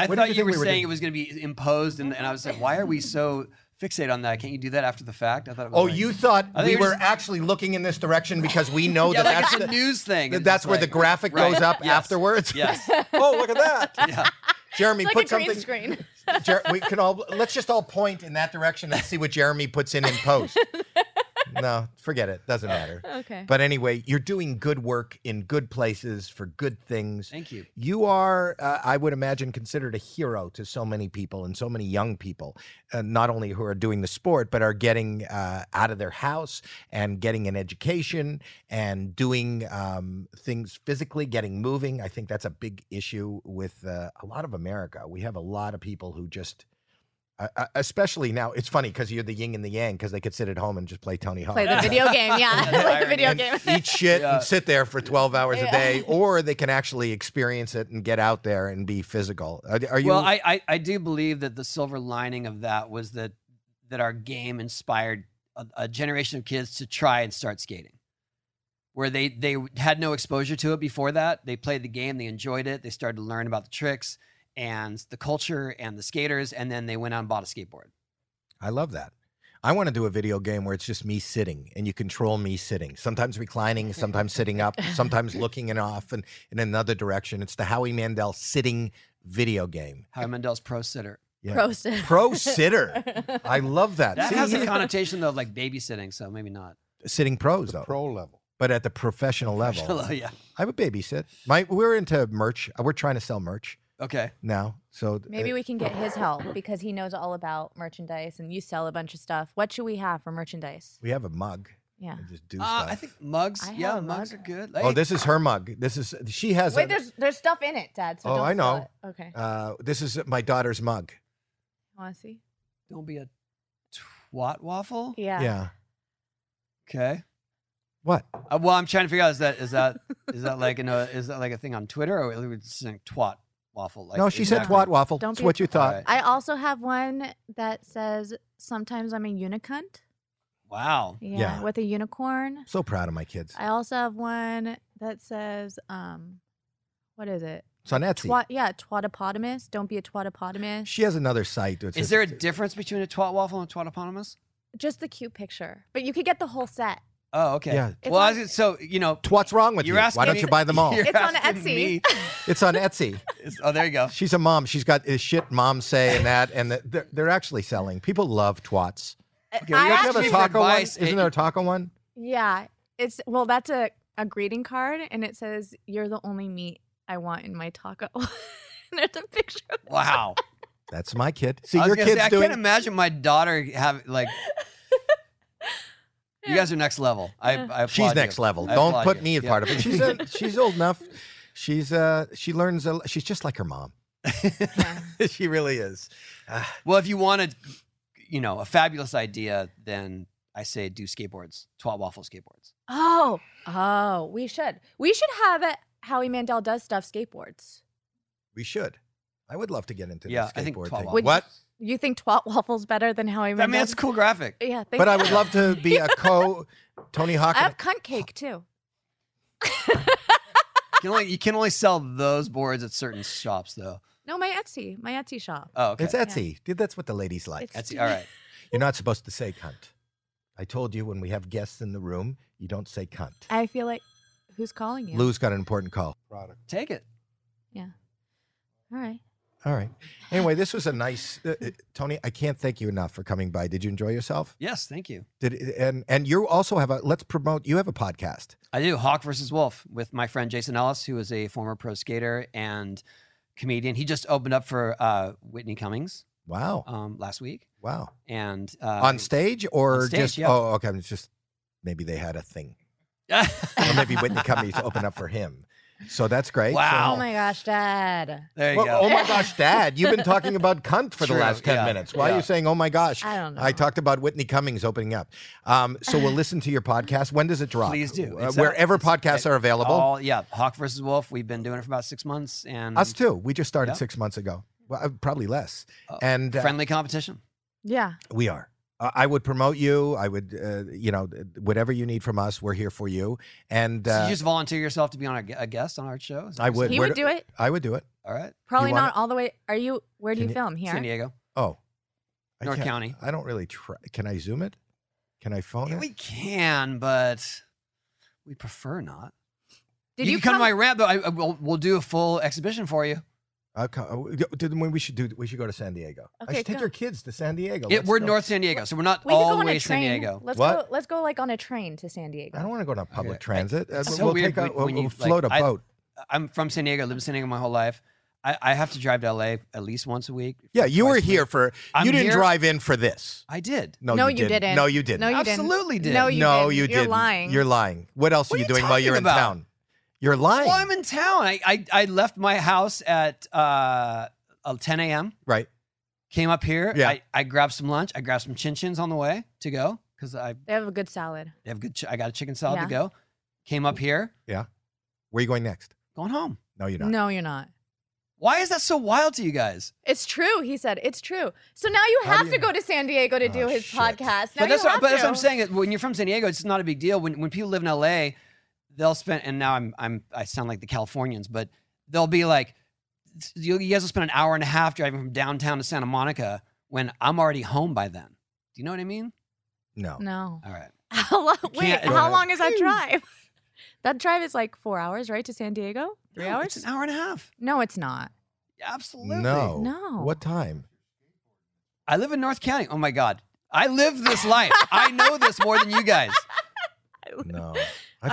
Speaker 1: what did
Speaker 3: thought
Speaker 1: you
Speaker 3: you,
Speaker 1: think
Speaker 3: were,
Speaker 1: we were
Speaker 3: saying
Speaker 1: doing?
Speaker 3: it was going to be imposed, and, and I was like, why are we so fixated on that? Can't you do that after the fact? I thought. It was
Speaker 1: Oh,
Speaker 3: like-
Speaker 1: you thought
Speaker 3: I think
Speaker 1: we
Speaker 3: it was
Speaker 1: were
Speaker 3: just-
Speaker 1: actually looking in this direction because we know
Speaker 3: Yeah,
Speaker 1: that
Speaker 3: like
Speaker 1: that's
Speaker 3: it's a
Speaker 1: oh, the-
Speaker 3: news thing.
Speaker 1: that
Speaker 3: It's
Speaker 1: that's
Speaker 3: just
Speaker 1: where the
Speaker 3: like-
Speaker 1: graphic
Speaker 3: Right.
Speaker 1: goes up
Speaker 3: Yes.
Speaker 1: afterwards.
Speaker 3: Yes.
Speaker 7: Oh, look at that.
Speaker 3: Yeah.
Speaker 1: Jeremy,
Speaker 2: It's
Speaker 1: put
Speaker 2: like a
Speaker 1: something.
Speaker 2: green screen.
Speaker 1: Jer- we can all let's just all point in that direction and see what Jeremy puts in in post. no, forget it. Doesn't matter.
Speaker 2: Okay.
Speaker 1: But anyway, you're doing good work in good places for good things.
Speaker 3: Thank you.
Speaker 1: You are, uh, I would imagine, considered a hero to so many people and so many young people, uh, not only who are doing the sport, but are getting uh, out of their house and getting an education and doing um, things physically, getting moving. I think that's a big issue with uh, a lot of America. We have a lot of people who just. Uh, uh, especially now, it's funny because you're the yin and the yang because they could sit at home and just play Tony Hawk.
Speaker 2: Play the video game. Yeah.
Speaker 3: Yeah,
Speaker 2: Play the
Speaker 3: irony.
Speaker 2: video
Speaker 1: and
Speaker 2: game.
Speaker 1: eat shit
Speaker 3: Yeah.
Speaker 1: and sit there for 12 hours a
Speaker 2: Yeah.
Speaker 1: day, or they can actually experience it and get out there and be physical. Are, are you?
Speaker 3: well, I, I I do believe that the silver lining of that was that that our game inspired a, a generation of kids to try and start skating, where they they had no exposure to it before that. They played the game, they enjoyed it, they started to learn about the tricks and the culture and the skaters, and then they went out and bought a skateboard.
Speaker 1: I love that. I want to do a video game where it's just me sitting and you control me sitting, sometimes reclining, sometimes sitting up, sometimes looking and off and in another direction. It's the Howie Mandel sitting video game.
Speaker 3: Howie Mandel's pro sitter.
Speaker 1: Yeah.
Speaker 2: Pro sitter.
Speaker 1: Pro sitter. I love that.
Speaker 3: That
Speaker 1: See,
Speaker 3: has a
Speaker 1: he-
Speaker 3: connotation though of like babysitting, so maybe not.
Speaker 1: sitting pros
Speaker 6: The
Speaker 1: though,
Speaker 6: pro level.
Speaker 1: but at the professional level.
Speaker 3: Hello, yeah.
Speaker 1: I would babysit. My, we're into merch. We're trying to sell merch
Speaker 3: Okay.
Speaker 1: now. So uh,
Speaker 2: Maybe we can get his help because he knows all about merchandise and you sell a bunch of stuff. What should we have for merchandise?
Speaker 1: We have a mug.
Speaker 2: Yeah.
Speaker 1: I just do
Speaker 3: Uh,
Speaker 1: stuff.
Speaker 3: I think mugs.
Speaker 2: I
Speaker 3: yeah,
Speaker 2: have a
Speaker 3: mugs
Speaker 2: mug.
Speaker 3: are good.
Speaker 1: oh,
Speaker 3: Hey,
Speaker 1: this is her mug. This is she has.
Speaker 2: Wait,
Speaker 1: a,
Speaker 2: there's there's stuff in it, Dad. So
Speaker 1: Oh,
Speaker 2: don't
Speaker 1: I know.
Speaker 2: sell it. Okay.
Speaker 1: uh, this is my daughter's mug.
Speaker 2: Want to Oh, see?
Speaker 3: don't be a twat waffle.
Speaker 2: Yeah.
Speaker 3: Okay.
Speaker 1: What?
Speaker 3: Uh, well, I'm trying to figure out is that is that is that like an, uh, is that like a thing on Twitter or are we just saying twat waffle? Like
Speaker 1: no, she said
Speaker 3: exactly-
Speaker 1: twat waffle.
Speaker 2: Don't
Speaker 1: That's
Speaker 2: be a
Speaker 1: what you thought.
Speaker 3: Alright.
Speaker 2: I also have one that says sometimes I'm a unicunt.
Speaker 3: Wow.
Speaker 2: Yeah,
Speaker 1: Yeah.
Speaker 2: With a unicorn.
Speaker 1: So proud of my kids.
Speaker 2: I also have one that says, um, what is it?
Speaker 1: It's on Etsy.
Speaker 2: Twat, yeah, twatopotamus. Don't be a twatopotamus.
Speaker 1: She has another site. that
Speaker 3: Is
Speaker 1: says-
Speaker 3: there a difference between a twat waffle and a twat eponymous?
Speaker 2: Just the cute picture. But you could get the whole set.
Speaker 3: Oh, okay.
Speaker 1: Yeah.
Speaker 2: It's
Speaker 3: well, I
Speaker 2: like-
Speaker 3: was, so you know,
Speaker 1: What's wrong with
Speaker 3: you're
Speaker 1: you?
Speaker 3: asking
Speaker 1: Why don't
Speaker 3: me-
Speaker 1: you buy them all?
Speaker 3: you're
Speaker 2: It's on
Speaker 3: asking
Speaker 2: Etsy.
Speaker 3: me-
Speaker 1: it's on Etsy.
Speaker 3: it's- oh, there you go.
Speaker 1: She's a mom. She's got this shit mom say and that, and the, they're, they're actually selling. People love twats.
Speaker 3: Okay,
Speaker 2: I
Speaker 3: we
Speaker 1: Don't you
Speaker 2: actually-
Speaker 1: have a
Speaker 3: actually-
Speaker 1: taco one?
Speaker 3: advice, eh?
Speaker 1: Isn't
Speaker 3: it-
Speaker 1: there a taco one?
Speaker 2: Yeah. It's well, that's a, a greeting card and it says, You're the only meat I want in my taco. and there's a picture of
Speaker 3: Wow.
Speaker 1: That's my kid. See,
Speaker 3: I was
Speaker 1: your
Speaker 3: gonna say,
Speaker 1: kid's
Speaker 3: I
Speaker 1: doing.
Speaker 3: can't imagine my daughter have like. You guys are next level. I, I applaud
Speaker 1: She's
Speaker 3: you.
Speaker 1: next level.
Speaker 3: I
Speaker 1: Don't
Speaker 3: applaud
Speaker 1: put
Speaker 3: you.
Speaker 1: me in
Speaker 3: Yeah.
Speaker 1: part of it. She's a, she's old enough. She's uh she learns. A, she's just like her mom.
Speaker 2: Yeah.
Speaker 1: she really is.
Speaker 3: Well, if you wanted, you know, a fabulous idea, then I say do skateboards, twat waffle skateboards.
Speaker 2: Oh, oh, we should. We should have it Howie Mandel does stuff skateboards.
Speaker 1: We should. I would love to get into
Speaker 3: Yeah,
Speaker 1: the
Speaker 3: I think
Speaker 1: skateboard
Speaker 3: twat
Speaker 1: thing.
Speaker 3: waffle.
Speaker 1: What?
Speaker 2: You think twat waffles better than Howie
Speaker 3: I
Speaker 2: Mandel?
Speaker 3: mean, it's a cool graphic.
Speaker 2: Yeah, thank
Speaker 1: But I
Speaker 2: you.
Speaker 1: would love to be a co Tony Hawk.
Speaker 2: I have cunt cake too.
Speaker 3: You can, only, you can only sell those boards at certain shops, though.
Speaker 2: No, my Etsy, my Etsy shop.
Speaker 3: Oh, okay.
Speaker 1: It's Etsy. Dude, that's what the ladies like.
Speaker 2: It's-
Speaker 3: Etsy. All right.
Speaker 1: You're not supposed to say cunt. I told you when we have guests in the room, you don't say cunt.
Speaker 2: I feel like who's calling you?
Speaker 1: Lou's got an important call.
Speaker 6: Product.
Speaker 3: Take it.
Speaker 2: All right.
Speaker 1: All right. Anyway, this was a nice uh, uh, Tony. I can't thank you enough for coming by. Did you enjoy yourself?
Speaker 3: Yes, thank you.
Speaker 1: Did and and you also have a let's promote. You have a podcast.
Speaker 3: I do Hawk versus Wolf with my friend Jason Ellis, who is a former pro skater and comedian. He just opened up for uh, Whitney Cummings
Speaker 1: Wow.
Speaker 3: um, last week,
Speaker 1: Wow.
Speaker 3: and uh,
Speaker 1: on stage or
Speaker 3: stage,
Speaker 1: just
Speaker 3: yeah.
Speaker 1: oh okay, it's just maybe they had a thing. Or maybe Whitney Cummings opened up for him. So that's great. So-
Speaker 3: Wow.
Speaker 2: Oh my gosh, Dad.
Speaker 3: there you
Speaker 1: Well,
Speaker 3: go.
Speaker 1: oh my gosh, Dad, you've been talking about cunt for
Speaker 3: True,
Speaker 1: the last 10
Speaker 3: yeah,
Speaker 1: minutes. Why are
Speaker 3: yeah.
Speaker 1: you saying, oh my gosh?
Speaker 2: I don't know.
Speaker 1: I talked about Whitney Cummings opening up. Um, so we'll listen to your podcast. When does it drop?
Speaker 3: Please do.
Speaker 1: Uh,
Speaker 3: It's out.
Speaker 1: wherever
Speaker 3: It's-
Speaker 1: podcasts
Speaker 3: it-
Speaker 1: are available.
Speaker 3: All, yeah, Hawk versus Wolf. We've been doing it for about six months, and
Speaker 1: Us too. We just started
Speaker 3: Yeah.
Speaker 1: six months ago. Well, uh, probably less.
Speaker 3: Oh,
Speaker 1: and uh,
Speaker 3: friendly competition.
Speaker 2: Yeah.
Speaker 1: We are. I I would promote you. I would, uh, you know, whatever you need from us, we're here for you. And
Speaker 3: so
Speaker 1: uh,
Speaker 3: you just volunteer yourself to be on our, gu- a guest on our show. Is that
Speaker 1: I
Speaker 3: what
Speaker 1: But
Speaker 2: he
Speaker 3: you're
Speaker 1: where
Speaker 2: would
Speaker 1: do-
Speaker 2: do it.
Speaker 1: I would do it.
Speaker 3: saying? All right,
Speaker 2: Probably
Speaker 1: wanna-
Speaker 2: not all the way. Are you where do
Speaker 1: Can
Speaker 2: you
Speaker 1: you-
Speaker 2: film? Here?
Speaker 3: San Diego,
Speaker 1: Oh, I
Speaker 3: North
Speaker 1: can't-
Speaker 3: County.
Speaker 1: I don't really try. Can I zoom it? Can I phone
Speaker 3: Yeah,
Speaker 1: it?
Speaker 3: we can, but we prefer not.
Speaker 2: Did
Speaker 3: you,
Speaker 2: you,
Speaker 3: can come to my ramp though? I, I will, we'll do a full exhibition for you.
Speaker 1: Okay. oh, d- d- Then we should do. We should go to San Diego. I
Speaker 2: Okay,
Speaker 1: should take
Speaker 2: go.
Speaker 1: your kids to San Diego.
Speaker 3: Yeah,
Speaker 1: Let's
Speaker 3: we're
Speaker 1: go-
Speaker 3: North San Diego, so we're not
Speaker 2: We could
Speaker 3: all
Speaker 2: go
Speaker 3: the
Speaker 2: on
Speaker 3: way
Speaker 2: a
Speaker 3: to San
Speaker 2: train.
Speaker 3: Diego.
Speaker 2: Let's
Speaker 1: What?
Speaker 2: go. Let's go like on a train to San Diego.
Speaker 1: I don't want to go on public
Speaker 3: Okay.
Speaker 1: transit. Uh,
Speaker 3: It's
Speaker 1: we'll
Speaker 3: so weird
Speaker 1: take a,
Speaker 3: when-
Speaker 1: we'll,
Speaker 3: when you,
Speaker 1: we'll
Speaker 3: like,
Speaker 1: float
Speaker 3: I-
Speaker 1: a boat.
Speaker 3: I'm from San Diego. I lived in San Diego my whole life. I, I have to drive to LA at least once a week.
Speaker 1: Yeah, you
Speaker 3: twice
Speaker 1: were
Speaker 3: a
Speaker 1: here
Speaker 3: week.
Speaker 1: for.
Speaker 3: I'm
Speaker 1: you didn't
Speaker 3: here-
Speaker 1: drive in for this.
Speaker 3: I did.
Speaker 1: No,
Speaker 2: No,
Speaker 1: you,
Speaker 2: you didn't.
Speaker 1: No, you didn't.
Speaker 2: No, you didn't.
Speaker 3: Absolutely did.
Speaker 2: No, you
Speaker 1: no,
Speaker 2: didn't.
Speaker 1: you
Speaker 2: You're
Speaker 1: didn't.
Speaker 2: lying.
Speaker 1: You're lying. What else are
Speaker 3: What are
Speaker 1: you
Speaker 3: you
Speaker 1: doing while
Speaker 3: talking
Speaker 1: you're in
Speaker 3: about?
Speaker 1: town? You're lying.
Speaker 3: Well, I'm in town. I, I, I left my house at uh, uh, 10 a.m.
Speaker 1: right.
Speaker 3: Came up here.
Speaker 1: Yeah.
Speaker 3: I, I grabbed some lunch. I grabbed some chin chins on the way to go because I
Speaker 2: They have a good salad.
Speaker 3: have good. Ch- I got a chicken salad
Speaker 2: Yeah.
Speaker 3: to go. Came up here,
Speaker 1: Where are you going next?
Speaker 3: going home.
Speaker 1: No, you're not.
Speaker 2: No, you're not.
Speaker 3: Why is that so wild to you guys?
Speaker 2: It's true. He said it's true. So now you
Speaker 1: How do
Speaker 2: have
Speaker 1: you
Speaker 2: to go to San Diego to do
Speaker 1: Oh,
Speaker 2: his
Speaker 1: shit.
Speaker 2: podcast. Now
Speaker 3: but that's
Speaker 2: you
Speaker 3: what,
Speaker 2: have
Speaker 3: but
Speaker 2: to.
Speaker 3: that's what I'm saying. is When you're from San Diego, it's not a big deal. When when people live in LA, they'll spend and now I'm I'm I sound like the Californians, but they'll be like, you you guys will spend an hour and a half driving from downtown to Santa Monica when I'm already home by then. Do you know what I mean?
Speaker 1: No.
Speaker 2: No.
Speaker 3: All right.
Speaker 2: How long? Wait,
Speaker 3: can't-
Speaker 2: how long is that drive? That drive is like four hours, right, to San Diego? Three
Speaker 3: No,
Speaker 2: hours?
Speaker 3: It's an hour and a half.
Speaker 2: no, it's not.
Speaker 3: Absolutely.
Speaker 1: No.
Speaker 2: No.
Speaker 1: What time?
Speaker 3: I live in North County. Oh my God. I live this life. I know this more than you guys.
Speaker 1: No. I
Speaker 2: All
Speaker 1: feel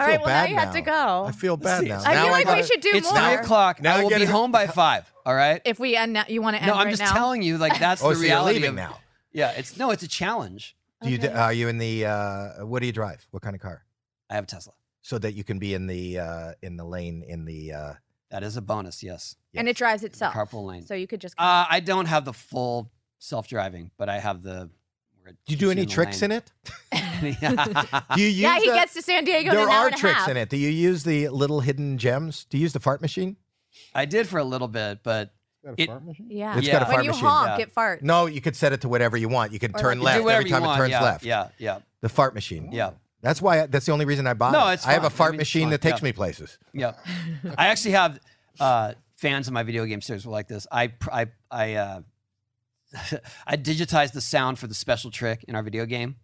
Speaker 2: right, well now
Speaker 1: bad
Speaker 2: you have to go.
Speaker 1: I feel bad
Speaker 3: See,
Speaker 1: now.
Speaker 2: I
Speaker 1: Now
Speaker 2: feel like
Speaker 1: gotta-
Speaker 2: we should do
Speaker 3: it's
Speaker 2: more.
Speaker 3: nine o'clock.
Speaker 1: Now
Speaker 3: I will
Speaker 1: get
Speaker 3: be
Speaker 1: it-
Speaker 3: home by five. All right.
Speaker 2: If we end, now, you want to end
Speaker 3: No, I'm
Speaker 2: right
Speaker 3: just
Speaker 2: now?
Speaker 3: telling you, like that's
Speaker 1: Oh,
Speaker 3: the
Speaker 1: so you're
Speaker 3: reality
Speaker 1: leaving
Speaker 3: of
Speaker 1: now.
Speaker 3: Yeah, it's no, it's a challenge.
Speaker 1: Do you? d-
Speaker 2: Okay.
Speaker 1: Are you in the? Uh, what do you drive? What kind of car?
Speaker 3: I have a Tesla.
Speaker 1: So that you can be in the uh, in the lane in the. Uh,
Speaker 3: That is a bonus, yes.
Speaker 2: And
Speaker 1: yes.
Speaker 2: it drives
Speaker 3: The
Speaker 2: itself.
Speaker 3: Carpool lane.
Speaker 2: So you could just.
Speaker 3: uh, I don't have the full self-driving, but I have the. where it
Speaker 1: Do you do
Speaker 3: keeps
Speaker 1: any tricks in it?
Speaker 3: it?
Speaker 1: Do you use
Speaker 2: yeah, he
Speaker 1: the-
Speaker 2: gets to San Diego. in
Speaker 1: There
Speaker 2: an hour
Speaker 1: are
Speaker 2: and a
Speaker 1: tricks
Speaker 2: half.
Speaker 1: in it. Do you use the little hidden gems? Do you use the fart machine?
Speaker 3: I did for a little bit, but
Speaker 6: Got
Speaker 3: It-
Speaker 6: a fart machine?
Speaker 2: Yeah.
Speaker 1: It's
Speaker 3: got a
Speaker 2: when
Speaker 1: fart
Speaker 2: you
Speaker 1: machine.
Speaker 2: honk,
Speaker 3: Yeah.
Speaker 2: it farts.
Speaker 1: No, you could set it to whatever you want. You could
Speaker 2: Or
Speaker 1: turn
Speaker 2: like-
Speaker 1: left
Speaker 3: do whatever
Speaker 1: every
Speaker 3: you
Speaker 1: time
Speaker 3: want.
Speaker 1: it turns
Speaker 3: yeah,
Speaker 1: left.
Speaker 3: Yeah, yeah,
Speaker 1: The fart machine.
Speaker 3: yeah,
Speaker 1: That's why. That's the only reason I bought
Speaker 3: No,
Speaker 1: it.
Speaker 3: it's
Speaker 1: I have a
Speaker 3: fun. I
Speaker 1: fart
Speaker 3: mean, it's
Speaker 1: machine
Speaker 3: fun,
Speaker 1: that takes
Speaker 3: yeah.
Speaker 1: me places.
Speaker 3: yeah. I actually have uh, fans of my video game series were like this. I pr- I I uh, I digitized the sound for the special trick in our video game,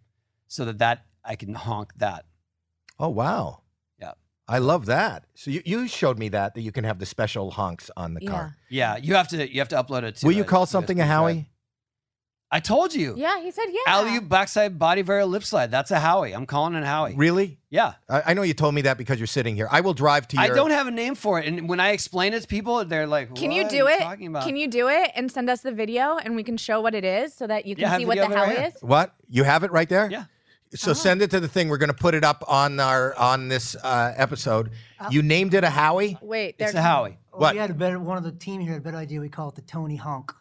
Speaker 3: so that that I can honk that.
Speaker 1: Oh wow.
Speaker 3: Yeah.
Speaker 1: I love that. So you, you showed me that that you can have the special honks on the car.
Speaker 3: Yeah, you have to you have to upload it. To
Speaker 1: Will you
Speaker 3: a
Speaker 1: call something
Speaker 3: USB
Speaker 1: a
Speaker 3: drive.
Speaker 1: Howie?
Speaker 3: I told you.
Speaker 2: Yeah, he said yeah.
Speaker 3: Alley oop backside body varial lip slide. That's a Howie. I'm calling it a Howie.
Speaker 1: Really?
Speaker 3: yeah.
Speaker 1: I, I know you told me that because you're sitting here. I will drive to your.
Speaker 3: I don't have a name for it. And when I explain it to people, they're like,
Speaker 2: Can
Speaker 3: what
Speaker 2: you
Speaker 3: are
Speaker 2: do it?
Speaker 3: Talking about?
Speaker 2: Can you do it and send us the video and we can show what it is so that you can
Speaker 3: Yeah, I have
Speaker 2: see what the
Speaker 3: video
Speaker 2: hell
Speaker 3: of it right
Speaker 2: it
Speaker 3: here.
Speaker 2: is?
Speaker 1: What? You have it right there?
Speaker 3: Yeah.
Speaker 2: Uh-huh.
Speaker 1: So send it to the thing. We're going to put it up on our on this uh, episode.
Speaker 2: Oh.
Speaker 1: You named it a Howie.
Speaker 2: Wait,
Speaker 3: It's
Speaker 2: there's
Speaker 3: a Howie.
Speaker 2: Oh,
Speaker 1: What?
Speaker 9: We had a better one of the team here had a better idea. We call it the Tony Honk.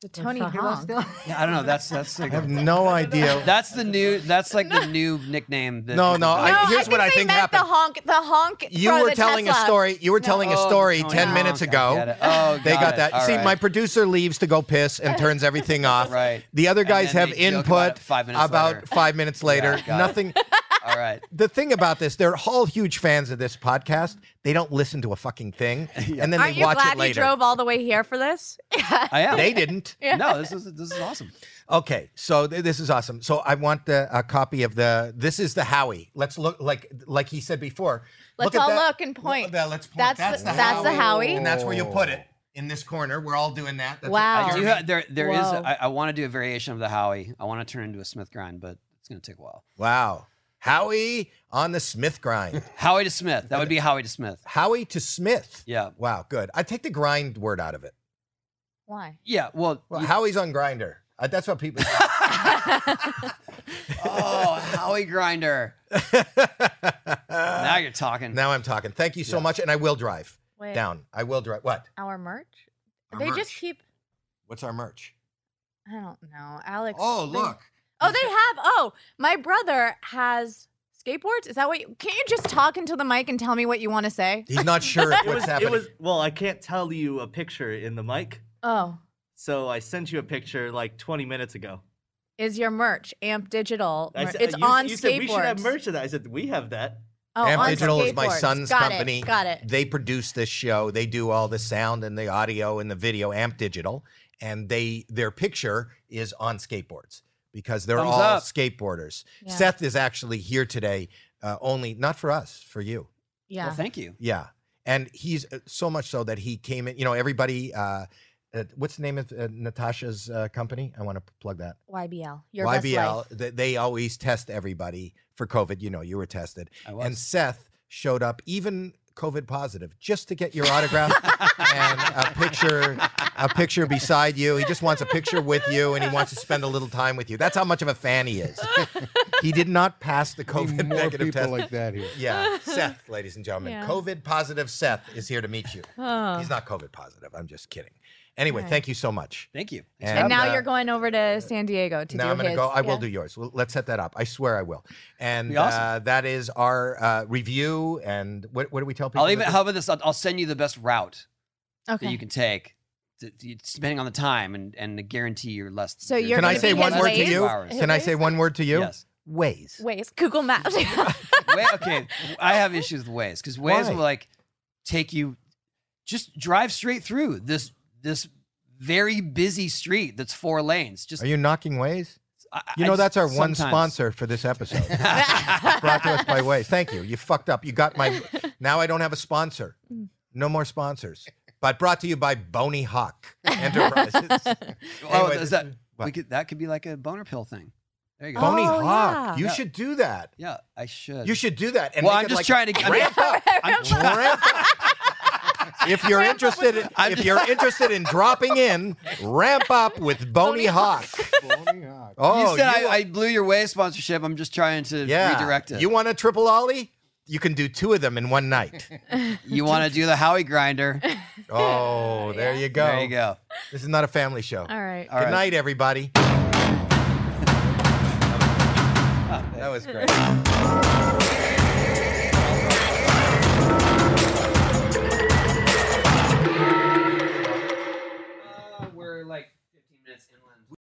Speaker 2: The Tony
Speaker 9: Talking about
Speaker 2: Hawk.
Speaker 9: still-
Speaker 3: Yeah, I don't know. That's that's like
Speaker 1: I have no idea.
Speaker 3: that's the new that's like the new nickname. That
Speaker 1: No, no,
Speaker 2: No,
Speaker 1: I-
Speaker 2: I,
Speaker 1: here's
Speaker 2: think
Speaker 1: what I
Speaker 2: they
Speaker 1: think
Speaker 2: meant
Speaker 1: happened.
Speaker 2: The honk, the honk.
Speaker 1: you
Speaker 2: for
Speaker 1: were
Speaker 2: the
Speaker 1: telling
Speaker 2: Tesla.
Speaker 1: a story. You were telling a story
Speaker 3: Oh,
Speaker 1: ten
Speaker 3: Tony
Speaker 1: minutes
Speaker 3: Hawk,
Speaker 1: ago.
Speaker 3: I get it. Oh,
Speaker 1: They got
Speaker 3: it.
Speaker 1: that.
Speaker 3: All
Speaker 1: See,
Speaker 3: right.
Speaker 1: my producer leaves to go piss and turns everything off.
Speaker 3: Right.
Speaker 1: The other
Speaker 3: And
Speaker 1: guys
Speaker 3: then
Speaker 1: have
Speaker 3: they joke
Speaker 1: input
Speaker 3: about it five minutes
Speaker 1: about
Speaker 3: later.
Speaker 1: five minutes later.
Speaker 3: got it.
Speaker 1: Nothing.
Speaker 3: All right.
Speaker 1: The thing about this, they're all huge fans of this podcast. They don't listen to a fucking thing, and then
Speaker 2: Aren't
Speaker 1: they
Speaker 2: you
Speaker 1: watch
Speaker 2: glad
Speaker 1: it later.
Speaker 2: you drove all the way here for this?
Speaker 3: I am.
Speaker 1: They didn't.
Speaker 3: No, this is this is awesome.
Speaker 1: Okay, so th- this is awesome. So I want the, a copy of the. This is the Howie. Let's look like like he said before.
Speaker 2: Let's
Speaker 1: at
Speaker 2: all
Speaker 1: that.
Speaker 2: look and point.
Speaker 1: that- let's point.
Speaker 2: That's
Speaker 1: That's
Speaker 2: the-
Speaker 1: the
Speaker 2: that's the Howie.
Speaker 1: And that's where you put it in this corner. We're all doing that. That's
Speaker 2: Wow.
Speaker 3: I do have, there there is
Speaker 2: Whoa.
Speaker 3: I, I want to do a variation of the Howie. I want to turn it into a Smith grind, but it's gonna take a while.
Speaker 1: Wow. Howie on the Smith grind.
Speaker 3: Howie to Smith. That would be Howie to Smith.
Speaker 1: Howie to Smith.
Speaker 3: Yeah.
Speaker 1: Wow, good. I take the grind word out of it.
Speaker 2: Why?
Speaker 3: Yeah. Well,
Speaker 1: Well, Howie's on grinder. Uh, that's what people.
Speaker 3: oh, Howie Grinder. Now you're talking.
Speaker 1: now I'm talking. Thank you so much, and I will drive
Speaker 2: Wait,
Speaker 1: down. I will drive. What?
Speaker 2: our merch?
Speaker 1: Our
Speaker 2: they
Speaker 1: merch.
Speaker 2: just keep.
Speaker 1: What's our merch?
Speaker 2: I don't know, Alex.
Speaker 1: Oh,
Speaker 2: they-
Speaker 1: look.
Speaker 2: Oh, they have. Oh, my brother has skateboards. Is that what? You, can't you just talk into the mic and tell me what you want to say?
Speaker 1: He's not sure if
Speaker 5: It was,
Speaker 1: what's
Speaker 5: it
Speaker 1: happening.
Speaker 5: was, well, I can't tell you a picture in the mic,
Speaker 2: Oh,
Speaker 5: so I sent you a picture like 20 minutes ago.
Speaker 2: is your merch Amp Digital?
Speaker 5: I
Speaker 2: mer-
Speaker 5: said- uh,
Speaker 2: it's
Speaker 5: you,
Speaker 2: on
Speaker 5: you
Speaker 2: skateboards.
Speaker 5: said we should have merch of that. I said we have that.
Speaker 2: Oh,
Speaker 1: Amp
Speaker 2: on
Speaker 1: Digital is my
Speaker 2: skateboards.
Speaker 1: son's
Speaker 2: Got it,
Speaker 1: company.
Speaker 2: Got it.
Speaker 1: They produce this show. They do all the sound and the audio and the video. Amp Digital, and they their picture is on skateboards because they're
Speaker 3: Thumbs
Speaker 1: all
Speaker 3: up.
Speaker 1: skateboarders.
Speaker 2: Yeah.
Speaker 1: Seth is actually here today, uh, only not for us, for you.
Speaker 2: Yeah.
Speaker 3: Well, thank you.
Speaker 1: Yeah, and he's uh, so much so that he came in. You know, everybody. Uh, uh, what's the name of uh, Natasha's uh, company? I want to plug that.
Speaker 2: YBL. Your best
Speaker 1: YBL.
Speaker 2: life.
Speaker 1: They, they always test everybody for COVID. You know, you were tested,
Speaker 3: I
Speaker 1: and
Speaker 3: was.
Speaker 1: Seth showed up even COVID positive just to get your autograph and a picture, a picture beside you. He just wants a picture with you, and he wants to spend a little time with you. That's how much of a fan he is. he did not pass the
Speaker 6: Need
Speaker 1: COVID
Speaker 6: more
Speaker 1: negative
Speaker 6: people
Speaker 1: test.
Speaker 6: like that here.
Speaker 1: yeah, Seth, ladies and gentlemen,
Speaker 2: Yeah.
Speaker 1: COVID positive Seth is here to meet you.
Speaker 2: Oh.
Speaker 1: He's not COVID positive. I'm just kidding. Anyway,
Speaker 2: Right.
Speaker 1: thank you so much.
Speaker 3: Thank you.
Speaker 1: And,
Speaker 2: And now
Speaker 1: uh,
Speaker 2: you're going over to San Diego to
Speaker 1: now
Speaker 2: do
Speaker 1: I'm gonna
Speaker 2: his.
Speaker 1: go. I will
Speaker 2: yeah.
Speaker 1: do yours. Well, let's set that up. I swear I will. And
Speaker 3: Be awesome.
Speaker 1: uh, that is our uh, review. And what, what do we tell people?
Speaker 3: I'll even.
Speaker 1: that-
Speaker 3: How about this? I'll, I'll send you the best route
Speaker 2: Okay.
Speaker 3: that you can take, to, to- depending on the time and and the guarantee you're less.
Speaker 2: So
Speaker 3: you're-
Speaker 2: you're
Speaker 1: Can I
Speaker 2: gonna
Speaker 1: say
Speaker 2: be
Speaker 1: one
Speaker 2: his
Speaker 1: word to
Speaker 2: Waze?
Speaker 1: you?
Speaker 3: Hours.
Speaker 1: Can I say one word to you?
Speaker 3: Yes.
Speaker 1: Ways.
Speaker 2: Waze, Google Maps.
Speaker 3: Way, okay, I have issues with Waze because Waze
Speaker 1: Why?
Speaker 3: will like take you, just drive straight through this this very busy street that's four lanes. Just
Speaker 1: Are you knocking ways?
Speaker 3: I- I-
Speaker 1: You
Speaker 3: I
Speaker 1: know
Speaker 3: just-
Speaker 1: that's our one
Speaker 3: sometimes-
Speaker 1: sponsor for this episode. Brought to us by Ways. Thank you. You fucked up. You got my. Now I don't have a sponsor. No more sponsors. But brought to you by Boney Hawk Enterprises.
Speaker 3: Oh,
Speaker 1: Anyway,
Speaker 3: is that
Speaker 1: what?
Speaker 3: we could, that could be like a boner pill thing? There you go.
Speaker 1: Boney Hawk.
Speaker 2: Oh, yeah.
Speaker 1: You
Speaker 3: Yeah.
Speaker 1: should do that.
Speaker 3: Yeah, I should.
Speaker 1: You should do that. And
Speaker 3: Well,
Speaker 1: make
Speaker 3: I'm
Speaker 1: it,
Speaker 3: just
Speaker 1: like,
Speaker 3: trying to- I'm-
Speaker 1: ramp up.
Speaker 3: I'm tr-
Speaker 1: Ramp up. If you're interested, in,
Speaker 3: I'm
Speaker 1: if
Speaker 3: just-
Speaker 1: you're interested in dropping in, ramp up with Boney Hawk.
Speaker 6: Baloney hot.
Speaker 1: Oh,
Speaker 3: you said
Speaker 1: you-
Speaker 3: I, I blew your way sponsorship. I'm just trying to
Speaker 1: yeah.
Speaker 3: redirect it.
Speaker 1: You want a triple ollie? You can do two of them in one night.
Speaker 3: You want to do the Howie grinder?
Speaker 1: Oh, there you go.
Speaker 3: There you go.
Speaker 1: This is not a family show.
Speaker 2: All right.
Speaker 3: All
Speaker 1: Good
Speaker 3: right.
Speaker 1: night, everybody. that was great.
Speaker 4: Uh, we're like 15 minutes inland.